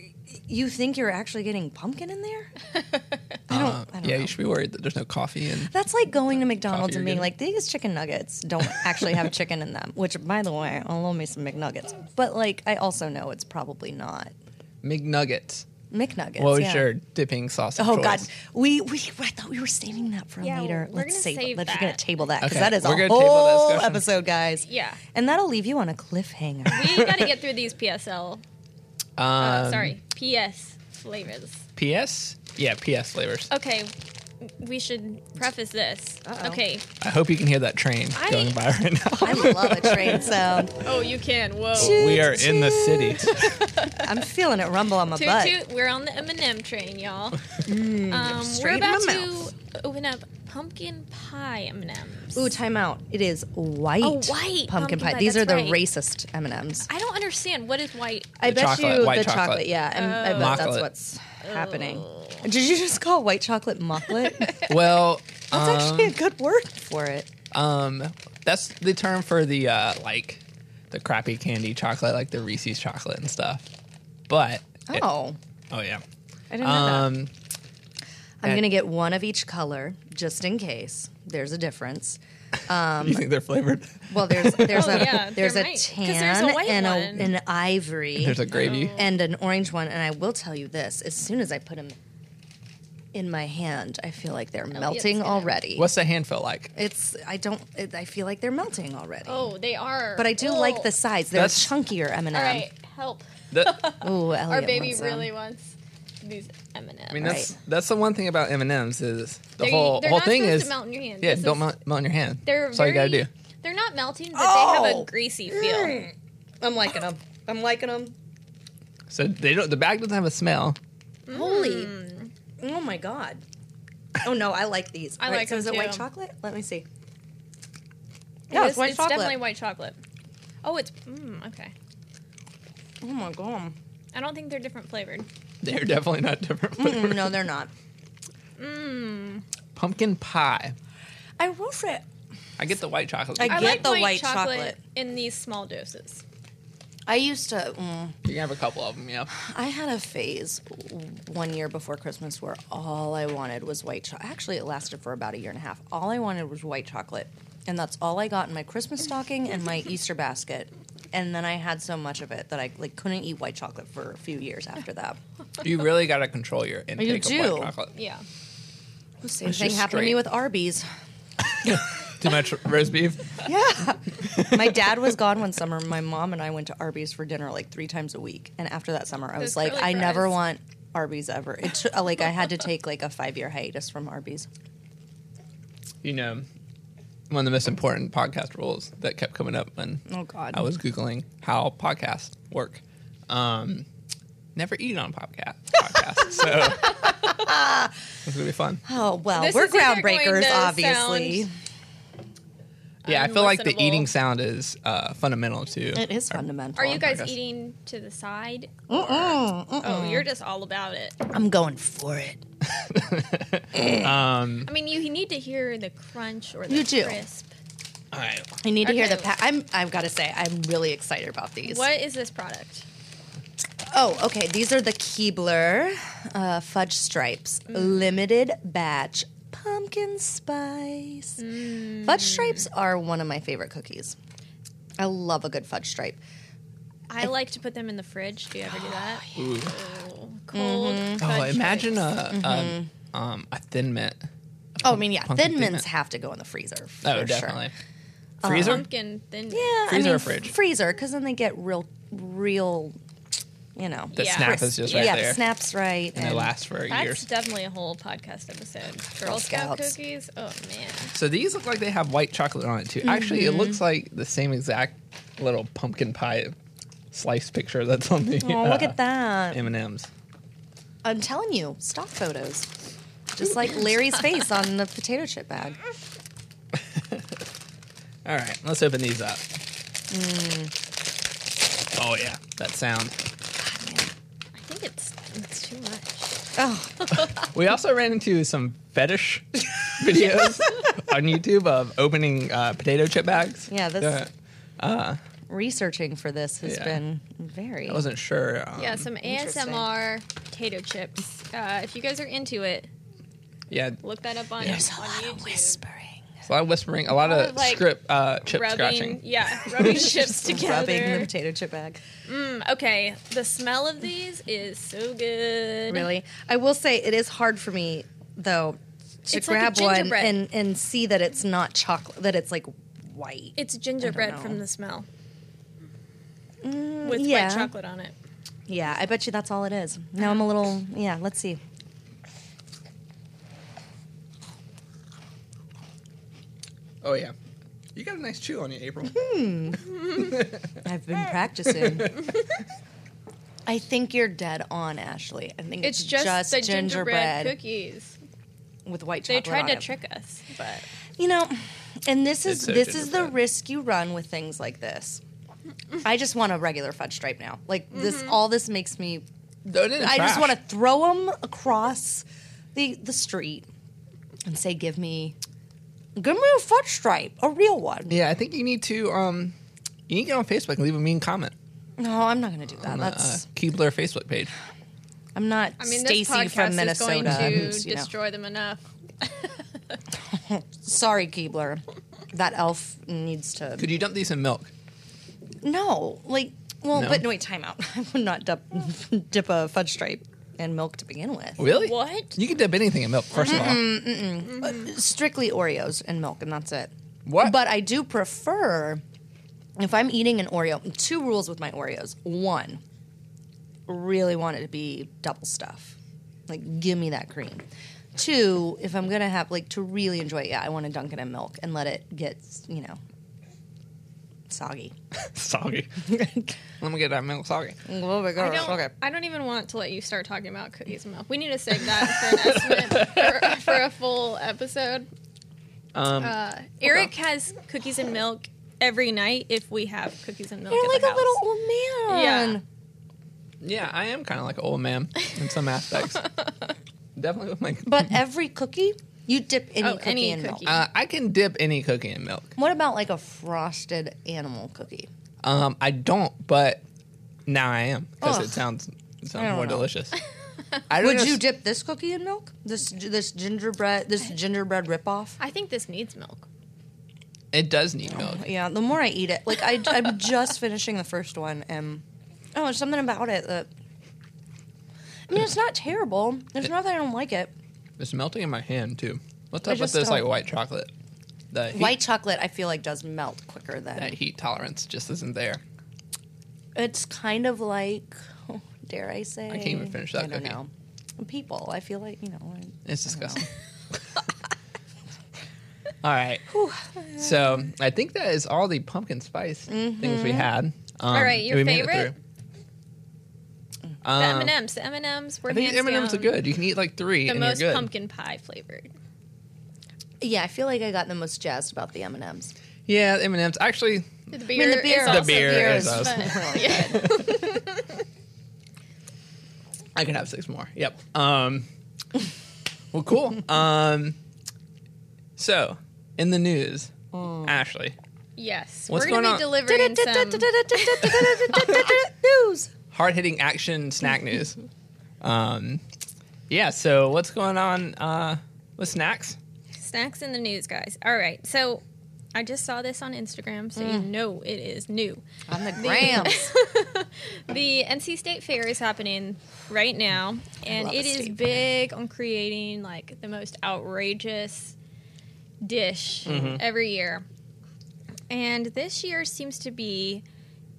[SPEAKER 2] you think you're actually getting pumpkin in there? I don't. I don't
[SPEAKER 1] Uh, yeah,
[SPEAKER 2] know.
[SPEAKER 1] you should be worried that there's no coffee and
[SPEAKER 2] That's like going to McDonald's
[SPEAKER 1] you're
[SPEAKER 2] and being
[SPEAKER 1] getting.
[SPEAKER 2] like, these chicken nuggets don't actually have chicken in them. Which, by the way, I'll love me some McNuggets. But like, I also know it's probably not
[SPEAKER 1] McNuggets.
[SPEAKER 2] McNuggets.
[SPEAKER 1] What was
[SPEAKER 2] yeah.
[SPEAKER 1] your dipping sauce? of
[SPEAKER 2] Oh
[SPEAKER 1] choice?
[SPEAKER 2] God, we, we I thought we were saving that for
[SPEAKER 3] Yeah,
[SPEAKER 2] later.
[SPEAKER 3] we're
[SPEAKER 2] Let's
[SPEAKER 3] gonna
[SPEAKER 2] save.
[SPEAKER 3] save
[SPEAKER 2] it. Let's we're gonna
[SPEAKER 3] that.
[SPEAKER 2] table that because
[SPEAKER 1] Okay,
[SPEAKER 2] that is
[SPEAKER 1] we're
[SPEAKER 2] a
[SPEAKER 1] gonna table that
[SPEAKER 2] whole
[SPEAKER 1] discussion.
[SPEAKER 2] episode, guys.
[SPEAKER 3] Yeah.
[SPEAKER 2] and that'll leave you on a cliffhanger.
[SPEAKER 3] We got to get through these PSL. Uh,
[SPEAKER 1] Um,
[SPEAKER 3] sorry, PS flavors.
[SPEAKER 2] Oh.
[SPEAKER 1] PS. Yeah, PS flavors.
[SPEAKER 3] Okay, we should preface this.
[SPEAKER 2] Uh-oh.
[SPEAKER 3] Okay.
[SPEAKER 1] I hope you can hear that train
[SPEAKER 3] I-
[SPEAKER 1] going by right now.
[SPEAKER 2] I love a train sound.
[SPEAKER 3] Oh, you can. Whoa.
[SPEAKER 2] Toot,
[SPEAKER 1] we are in the city.
[SPEAKER 2] I'm feeling it rumble on my
[SPEAKER 3] Toot
[SPEAKER 2] butt.
[SPEAKER 3] toot, we're on the M&M train, y'all. um,
[SPEAKER 2] Mm, straight
[SPEAKER 3] we're
[SPEAKER 2] in
[SPEAKER 3] about
[SPEAKER 2] my
[SPEAKER 3] to
[SPEAKER 2] mouth.
[SPEAKER 3] open up pumpkin pie M&Ms.
[SPEAKER 2] Ooh, time out. It is white.
[SPEAKER 3] Oh, white
[SPEAKER 2] pumpkin,
[SPEAKER 3] pumpkin
[SPEAKER 2] pie.
[SPEAKER 3] pie,
[SPEAKER 2] These
[SPEAKER 3] that's
[SPEAKER 2] are
[SPEAKER 3] right.
[SPEAKER 2] the racist M&Ms.
[SPEAKER 3] I don't understand what is white.
[SPEAKER 2] I
[SPEAKER 1] The
[SPEAKER 2] bet
[SPEAKER 1] chocolate,
[SPEAKER 2] you
[SPEAKER 1] white
[SPEAKER 2] the
[SPEAKER 1] chocolate.
[SPEAKER 2] chocolate. Yeah, and I bet that's
[SPEAKER 1] Mocklet.
[SPEAKER 2] what's happening.
[SPEAKER 3] Oh.
[SPEAKER 2] Did you just call white chocolate mocklet? that's
[SPEAKER 1] well,
[SPEAKER 2] actually a good word for it.
[SPEAKER 1] um, that's the term for the uh, like the crappy candy chocolate, like the Reese's chocolate and stuff. But it-
[SPEAKER 2] Oh,
[SPEAKER 1] oh yeah.
[SPEAKER 2] I didn't know that.
[SPEAKER 1] Um,
[SPEAKER 2] I'm gonna get one of each color just in case there's a difference. Um,
[SPEAKER 1] you think they're flavored?
[SPEAKER 2] Well, there's there's
[SPEAKER 3] Oh,
[SPEAKER 2] a
[SPEAKER 3] yeah,
[SPEAKER 2] there's
[SPEAKER 3] there
[SPEAKER 2] a
[SPEAKER 3] might. 'Cause
[SPEAKER 2] tan
[SPEAKER 3] there's a white
[SPEAKER 2] and
[SPEAKER 3] one.
[SPEAKER 2] a, an ivory
[SPEAKER 1] There's a gravy.
[SPEAKER 2] and an orange one, and I will tell you this: as soon as I put them in my hand, I feel like they're melting
[SPEAKER 3] Oh, gonna-
[SPEAKER 2] already.
[SPEAKER 1] What's the handful like?
[SPEAKER 2] It's I don't it, I feel like they're melting already.
[SPEAKER 3] Oh, they are.
[SPEAKER 2] But I do
[SPEAKER 3] Whoa.
[SPEAKER 2] like the sides. They're
[SPEAKER 1] That's-
[SPEAKER 2] chunkier M and
[SPEAKER 3] All
[SPEAKER 2] m
[SPEAKER 3] right, help.
[SPEAKER 1] The-
[SPEAKER 2] Ooh, Elliot
[SPEAKER 3] Our baby
[SPEAKER 2] wants them.
[SPEAKER 3] really wants these M&Ms.
[SPEAKER 1] I mean, that's that's the one thing about M and M's is the
[SPEAKER 3] They're-
[SPEAKER 1] whole
[SPEAKER 3] they're
[SPEAKER 1] whole
[SPEAKER 3] not
[SPEAKER 1] thing
[SPEAKER 3] supposed
[SPEAKER 1] is
[SPEAKER 3] to melt in your hand.
[SPEAKER 1] yeah,
[SPEAKER 3] This
[SPEAKER 1] don't
[SPEAKER 3] is-
[SPEAKER 1] melt, melt in your hand.
[SPEAKER 3] They're
[SPEAKER 1] that's all you gotta
[SPEAKER 3] very-
[SPEAKER 1] do.
[SPEAKER 3] They're not melting, but they have
[SPEAKER 2] Oh.
[SPEAKER 3] a greasy feel.
[SPEAKER 2] I'm liking them. I'm liking them.
[SPEAKER 1] So they don't. The bag doesn't have a smell.
[SPEAKER 2] Holy! Oh my god! Oh no, I like these.
[SPEAKER 3] I
[SPEAKER 2] All right,
[SPEAKER 3] like
[SPEAKER 2] so is it
[SPEAKER 3] them
[SPEAKER 2] white
[SPEAKER 3] too.
[SPEAKER 2] chocolate? Let me see.
[SPEAKER 3] It
[SPEAKER 2] Yeah,
[SPEAKER 3] is-
[SPEAKER 2] it's white chocolate.
[SPEAKER 3] definitely white chocolate. Oh, it's mm, okay.
[SPEAKER 2] oh my god!
[SPEAKER 3] I don't think they're different flavored.
[SPEAKER 1] They're definitely not different.
[SPEAKER 2] Mm, no, they're not.
[SPEAKER 1] Pumpkin pie.
[SPEAKER 2] I will say
[SPEAKER 1] I get the white chocolate.
[SPEAKER 2] I
[SPEAKER 3] I
[SPEAKER 2] Get
[SPEAKER 3] like
[SPEAKER 2] the
[SPEAKER 3] white,
[SPEAKER 2] white
[SPEAKER 3] chocolate,
[SPEAKER 2] chocolate.
[SPEAKER 3] in these small doses.
[SPEAKER 2] I used to. mm,
[SPEAKER 1] You can have a couple of them. Yeah.
[SPEAKER 2] I had a phase w- one year before Christmas where all I wanted was white chocolate. Actually, it lasted for about a year and a half. All I wanted was white chocolate. And that's all I got in my Christmas stocking and my Easter basket. And then I had so much of it that I like couldn't eat white chocolate for a few years after that.
[SPEAKER 1] You really gotta control your intake of
[SPEAKER 2] do.
[SPEAKER 1] white chocolate.
[SPEAKER 3] Yeah.
[SPEAKER 2] Same
[SPEAKER 1] It's
[SPEAKER 2] thing
[SPEAKER 1] just
[SPEAKER 2] happened to
[SPEAKER 1] straight.
[SPEAKER 2] me with Arby's.
[SPEAKER 1] Too much roast beef.
[SPEAKER 2] Yeah. my dad was gone one summer. My mom and I went to Arby's for dinner like three times a week. And after that summer, I was
[SPEAKER 3] Those
[SPEAKER 2] like,
[SPEAKER 3] curly
[SPEAKER 2] I
[SPEAKER 3] fries.
[SPEAKER 2] never want Arby's ever. It took like I had to take like a five year hiatus from Arby's.
[SPEAKER 1] You know, one of the most important podcast rules that kept coming up when
[SPEAKER 2] Oh, God.
[SPEAKER 1] I was googling how podcasts work. Um, never eat on podcast. podcast so it's gonna be fun.
[SPEAKER 2] Oh well,
[SPEAKER 3] This
[SPEAKER 2] we're
[SPEAKER 3] is either going
[SPEAKER 2] groundbreakers,
[SPEAKER 3] to
[SPEAKER 2] obviously.
[SPEAKER 1] Yeah, I feel like the
[SPEAKER 3] Unlistenable.
[SPEAKER 1] eating sound is uh, fundamental to
[SPEAKER 2] It is fundamental.
[SPEAKER 3] Are you guys
[SPEAKER 1] podcast.
[SPEAKER 3] eating to the side? or- Oh, you're just all about it.
[SPEAKER 2] I'm going for it.
[SPEAKER 3] I mean, you need to hear the crunch or the
[SPEAKER 2] You do.
[SPEAKER 3] crisp.
[SPEAKER 1] All right.
[SPEAKER 2] I need to hear the.
[SPEAKER 3] Okay.
[SPEAKER 2] Pa- I'm. I've got to say, I'm really excited about these.
[SPEAKER 3] What is this product?
[SPEAKER 2] Oh, okay. These are the Keebler uh, fudge stripes,
[SPEAKER 3] Mm.
[SPEAKER 2] limited batch pumpkin spice.
[SPEAKER 3] Mm.
[SPEAKER 2] Fudge stripes are one of my favorite cookies. I love a good fudge stripe.
[SPEAKER 3] I like to put them in the fridge. Do you ever do
[SPEAKER 2] Oh,
[SPEAKER 3] that? Ooh, cold.
[SPEAKER 2] Mm-hmm.
[SPEAKER 1] Oh,
[SPEAKER 3] fudge
[SPEAKER 1] imagine
[SPEAKER 3] flakes.
[SPEAKER 1] a, a um a thin mint.
[SPEAKER 2] Oh, I mean, yeah,
[SPEAKER 1] Pumpkin
[SPEAKER 2] thin
[SPEAKER 1] thin
[SPEAKER 2] mints
[SPEAKER 1] mint.
[SPEAKER 2] have to go in the freezer. For
[SPEAKER 1] Oh,
[SPEAKER 2] sure. Um,
[SPEAKER 1] definitely. Freezer.
[SPEAKER 3] uh, pumpkin thin.
[SPEAKER 2] Yeah,
[SPEAKER 1] Freezer
[SPEAKER 2] I mean,
[SPEAKER 1] or fridge?
[SPEAKER 2] Freezer, because then they get real, real, you know.
[SPEAKER 1] The
[SPEAKER 3] Yeah.
[SPEAKER 1] snap is
[SPEAKER 2] crisp.
[SPEAKER 1] just right
[SPEAKER 2] yeah,
[SPEAKER 1] there,
[SPEAKER 2] the snaps right.
[SPEAKER 1] and it lasts for
[SPEAKER 3] That's
[SPEAKER 1] years.
[SPEAKER 3] definitely a whole podcast episode. Girl Scout
[SPEAKER 2] Scouts.
[SPEAKER 3] cookies. Oh man.
[SPEAKER 1] So these look like they have white chocolate on it too. Actually,
[SPEAKER 2] Mm-hmm.
[SPEAKER 1] it looks like the same exact little pumpkin pie slice picture that's on the uh,
[SPEAKER 2] Oh, look at that.
[SPEAKER 1] M and M's.
[SPEAKER 2] I'm telling you, stock photos. Just like Larry's face on the potato chip bag.
[SPEAKER 1] All right, let's open these up.
[SPEAKER 2] Mm.
[SPEAKER 1] Oh yeah, that sound.
[SPEAKER 3] I think it's it's too much.
[SPEAKER 2] Oh,
[SPEAKER 1] We also ran into some fetish videos on YouTube of opening uh, potato chip bags.
[SPEAKER 2] Yeah, this-
[SPEAKER 1] Uh,
[SPEAKER 2] researching for this has
[SPEAKER 1] Yeah.
[SPEAKER 2] been very.
[SPEAKER 1] I wasn't sure. Um,
[SPEAKER 3] Yeah, some
[SPEAKER 2] interesting.
[SPEAKER 3] ASMR potato chips. Uh, if you guys are into it,
[SPEAKER 1] Yeah,
[SPEAKER 3] look that up on,
[SPEAKER 1] There's
[SPEAKER 3] on YouTube.
[SPEAKER 2] whispering.
[SPEAKER 1] it's a lot of whispering, a lot
[SPEAKER 3] lot
[SPEAKER 1] of,
[SPEAKER 3] of, like,
[SPEAKER 1] script uh, chip
[SPEAKER 3] rubbing,
[SPEAKER 1] scratching.
[SPEAKER 3] yeah, rubbing chips
[SPEAKER 2] Rubbing the
[SPEAKER 3] together.
[SPEAKER 2] potato chip bag.
[SPEAKER 3] Mm, okay, the smell of these is so good.
[SPEAKER 2] Really, I will say it is hard for me though to
[SPEAKER 3] It's like a
[SPEAKER 2] grab one
[SPEAKER 3] gingerbread.
[SPEAKER 2] and and see that it's not chocolate. That it's like white.
[SPEAKER 3] It's gingerbread
[SPEAKER 2] know. Mm,
[SPEAKER 3] from the smell. With
[SPEAKER 2] yeah.
[SPEAKER 3] white chocolate on it.
[SPEAKER 2] yeah, I
[SPEAKER 3] Uh-huh.
[SPEAKER 2] bet you that's all it is. Now I'm a little. Yeah, let's see.
[SPEAKER 1] Oh yeah, you got a nice chew on you, April.
[SPEAKER 2] I've been practicing. I think you're dead on, Ashley. I think it's,
[SPEAKER 3] It's just, the gingerbread,
[SPEAKER 2] gingerbread,
[SPEAKER 3] cookies.
[SPEAKER 2] with white
[SPEAKER 3] They
[SPEAKER 2] chocolate.
[SPEAKER 3] tried
[SPEAKER 2] on
[SPEAKER 3] to
[SPEAKER 2] it.
[SPEAKER 3] trick us, but
[SPEAKER 2] You know, and this is
[SPEAKER 1] It's so
[SPEAKER 2] this is the
[SPEAKER 1] gingerbread.
[SPEAKER 2] risk you run with things like this. I just want a regular fudge stripe now. Like this,
[SPEAKER 3] Mm-hmm.
[SPEAKER 2] all this makes me.
[SPEAKER 1] Throw it in the
[SPEAKER 2] I just
[SPEAKER 1] trash.
[SPEAKER 2] want to throw them across the the street and say, "Give me, give me a fudge stripe, a real one."
[SPEAKER 1] Yeah, I think you need to. Um, you need to get on Facebook and leave a mean comment
[SPEAKER 2] No, I'm not going to do that.
[SPEAKER 1] on the uh,
[SPEAKER 2] That's
[SPEAKER 1] Keebler Facebook page.
[SPEAKER 2] I'm not
[SPEAKER 3] I mean, this
[SPEAKER 2] Stacy
[SPEAKER 3] podcast
[SPEAKER 2] from Minnesota.
[SPEAKER 3] is going to
[SPEAKER 2] who's, you know.
[SPEAKER 3] destroy them enough.
[SPEAKER 2] Sorry, Keebler. That elf needs to.
[SPEAKER 1] Could you dump these in milk?
[SPEAKER 2] No, like, well,
[SPEAKER 1] No?
[SPEAKER 2] but no, wait, time out. I would not dip, dip a fudge stripe in milk to begin with.
[SPEAKER 1] Really?
[SPEAKER 3] What?
[SPEAKER 1] You can dip anything in milk. 1st of
[SPEAKER 2] Mm-hmm.
[SPEAKER 1] all,
[SPEAKER 2] Strictly Oreos and milk, and that's it.
[SPEAKER 1] What?
[SPEAKER 2] But I do prefer if I'm eating an Oreo. Two rules with my Oreos. One, really want it to be double stuff. Like, give me that cream. Two, if I'm gonna have like to really enjoy it, yeah, I want to dunk it in milk and let it get you know soggy.
[SPEAKER 1] soggy.
[SPEAKER 2] oh
[SPEAKER 1] Let me get that milk soggy.
[SPEAKER 2] my
[SPEAKER 3] I
[SPEAKER 2] gosh!
[SPEAKER 3] don't,
[SPEAKER 2] Okay.
[SPEAKER 3] I don't even want to let you start talking about cookies and milk. We need to save that for an estimate for, for a full episode.
[SPEAKER 1] Um,
[SPEAKER 3] Uh, Eric has cookies and milk every night if we have cookies and milk.
[SPEAKER 2] You're
[SPEAKER 3] at
[SPEAKER 2] like
[SPEAKER 3] the
[SPEAKER 2] a
[SPEAKER 3] house.
[SPEAKER 2] little old man.
[SPEAKER 3] Yeah.
[SPEAKER 1] yeah, I am kind of like an old man in some aspects. Definitely with my.
[SPEAKER 2] But every cookie, you dip any
[SPEAKER 3] Oh,
[SPEAKER 2] cookie
[SPEAKER 3] any
[SPEAKER 2] in
[SPEAKER 3] cookie.
[SPEAKER 2] milk.
[SPEAKER 1] Uh, I can dip any cookie in milk.
[SPEAKER 2] What about like a frosted animal cookie?
[SPEAKER 1] Um, I don't, but now I am because
[SPEAKER 2] Ugh.
[SPEAKER 1] it sounds it
[SPEAKER 2] I
[SPEAKER 1] sounds
[SPEAKER 2] don't
[SPEAKER 1] more
[SPEAKER 2] know.
[SPEAKER 1] delicious. I
[SPEAKER 2] Would
[SPEAKER 1] don't
[SPEAKER 2] you
[SPEAKER 1] know-
[SPEAKER 2] dip this cookie in milk? This this gingerbread this gingerbread ripoff?
[SPEAKER 3] I think this needs milk.
[SPEAKER 1] It does
[SPEAKER 2] Oh
[SPEAKER 1] need milk.
[SPEAKER 2] Yeah, the more I eat it, like I, I'm just finishing the first one, and oh, there's something about it that. I mean, it's not terrible. There's not that I don't like it.
[SPEAKER 1] It's melting in my hand too. What's
[SPEAKER 2] I
[SPEAKER 1] up with
[SPEAKER 2] just
[SPEAKER 1] this like
[SPEAKER 2] don't-
[SPEAKER 1] white chocolate? The heat,
[SPEAKER 2] White chocolate, I feel like, does melt quicker
[SPEAKER 1] that
[SPEAKER 2] than.
[SPEAKER 1] heat tolerance just isn't there.
[SPEAKER 2] It's kind of like, oh, dare I say?
[SPEAKER 1] can't even finish that
[SPEAKER 2] I don't
[SPEAKER 1] cookie.
[SPEAKER 2] know. People, I feel like you know. I-
[SPEAKER 1] It's disgusting. all right. So I think that is all the pumpkin spice things we had. Um,
[SPEAKER 3] Mm-hmm. All right, your
[SPEAKER 1] we made it
[SPEAKER 3] favorite?
[SPEAKER 1] through.
[SPEAKER 3] The
[SPEAKER 1] Um,
[SPEAKER 3] M and M's. The M and M's were
[SPEAKER 1] I think
[SPEAKER 3] hands
[SPEAKER 1] M and M's
[SPEAKER 3] down
[SPEAKER 1] are good. You can eat like three,
[SPEAKER 3] The
[SPEAKER 1] and
[SPEAKER 3] most
[SPEAKER 1] you're good.
[SPEAKER 3] pumpkin pie flavored.
[SPEAKER 2] Yeah, I feel like I got the most jazzed about the M and M's.
[SPEAKER 1] Yeah, M and M's. Actually,
[SPEAKER 3] The
[SPEAKER 2] I
[SPEAKER 3] beer.
[SPEAKER 2] mean, the beer,
[SPEAKER 3] is
[SPEAKER 2] also-
[SPEAKER 3] also
[SPEAKER 1] beer
[SPEAKER 3] good,
[SPEAKER 1] is awesome.
[SPEAKER 3] but-
[SPEAKER 2] really
[SPEAKER 3] yeah.
[SPEAKER 1] I could have six more. Yep. Um, well, cool. Um, so, in the news,
[SPEAKER 3] Oh.
[SPEAKER 1] Ashley,
[SPEAKER 3] Yes.
[SPEAKER 1] What's
[SPEAKER 3] we're gonna
[SPEAKER 1] going
[SPEAKER 3] be
[SPEAKER 1] on?
[SPEAKER 3] delivering some.
[SPEAKER 2] news.
[SPEAKER 1] hard hitting action snack news. Um, yeah. So, what's going on uh, with snacks?
[SPEAKER 3] Snacks in the news, guys. All right. So I just saw this on Instagram, so you
[SPEAKER 2] Mm.
[SPEAKER 3] know it is new.
[SPEAKER 2] On the grams.
[SPEAKER 3] The NC State Fair is happening right now, and
[SPEAKER 2] love a
[SPEAKER 3] it is
[SPEAKER 2] state
[SPEAKER 3] big on creating like the most outrageous dish
[SPEAKER 2] Mm-hmm.
[SPEAKER 3] every year. And this year seems to be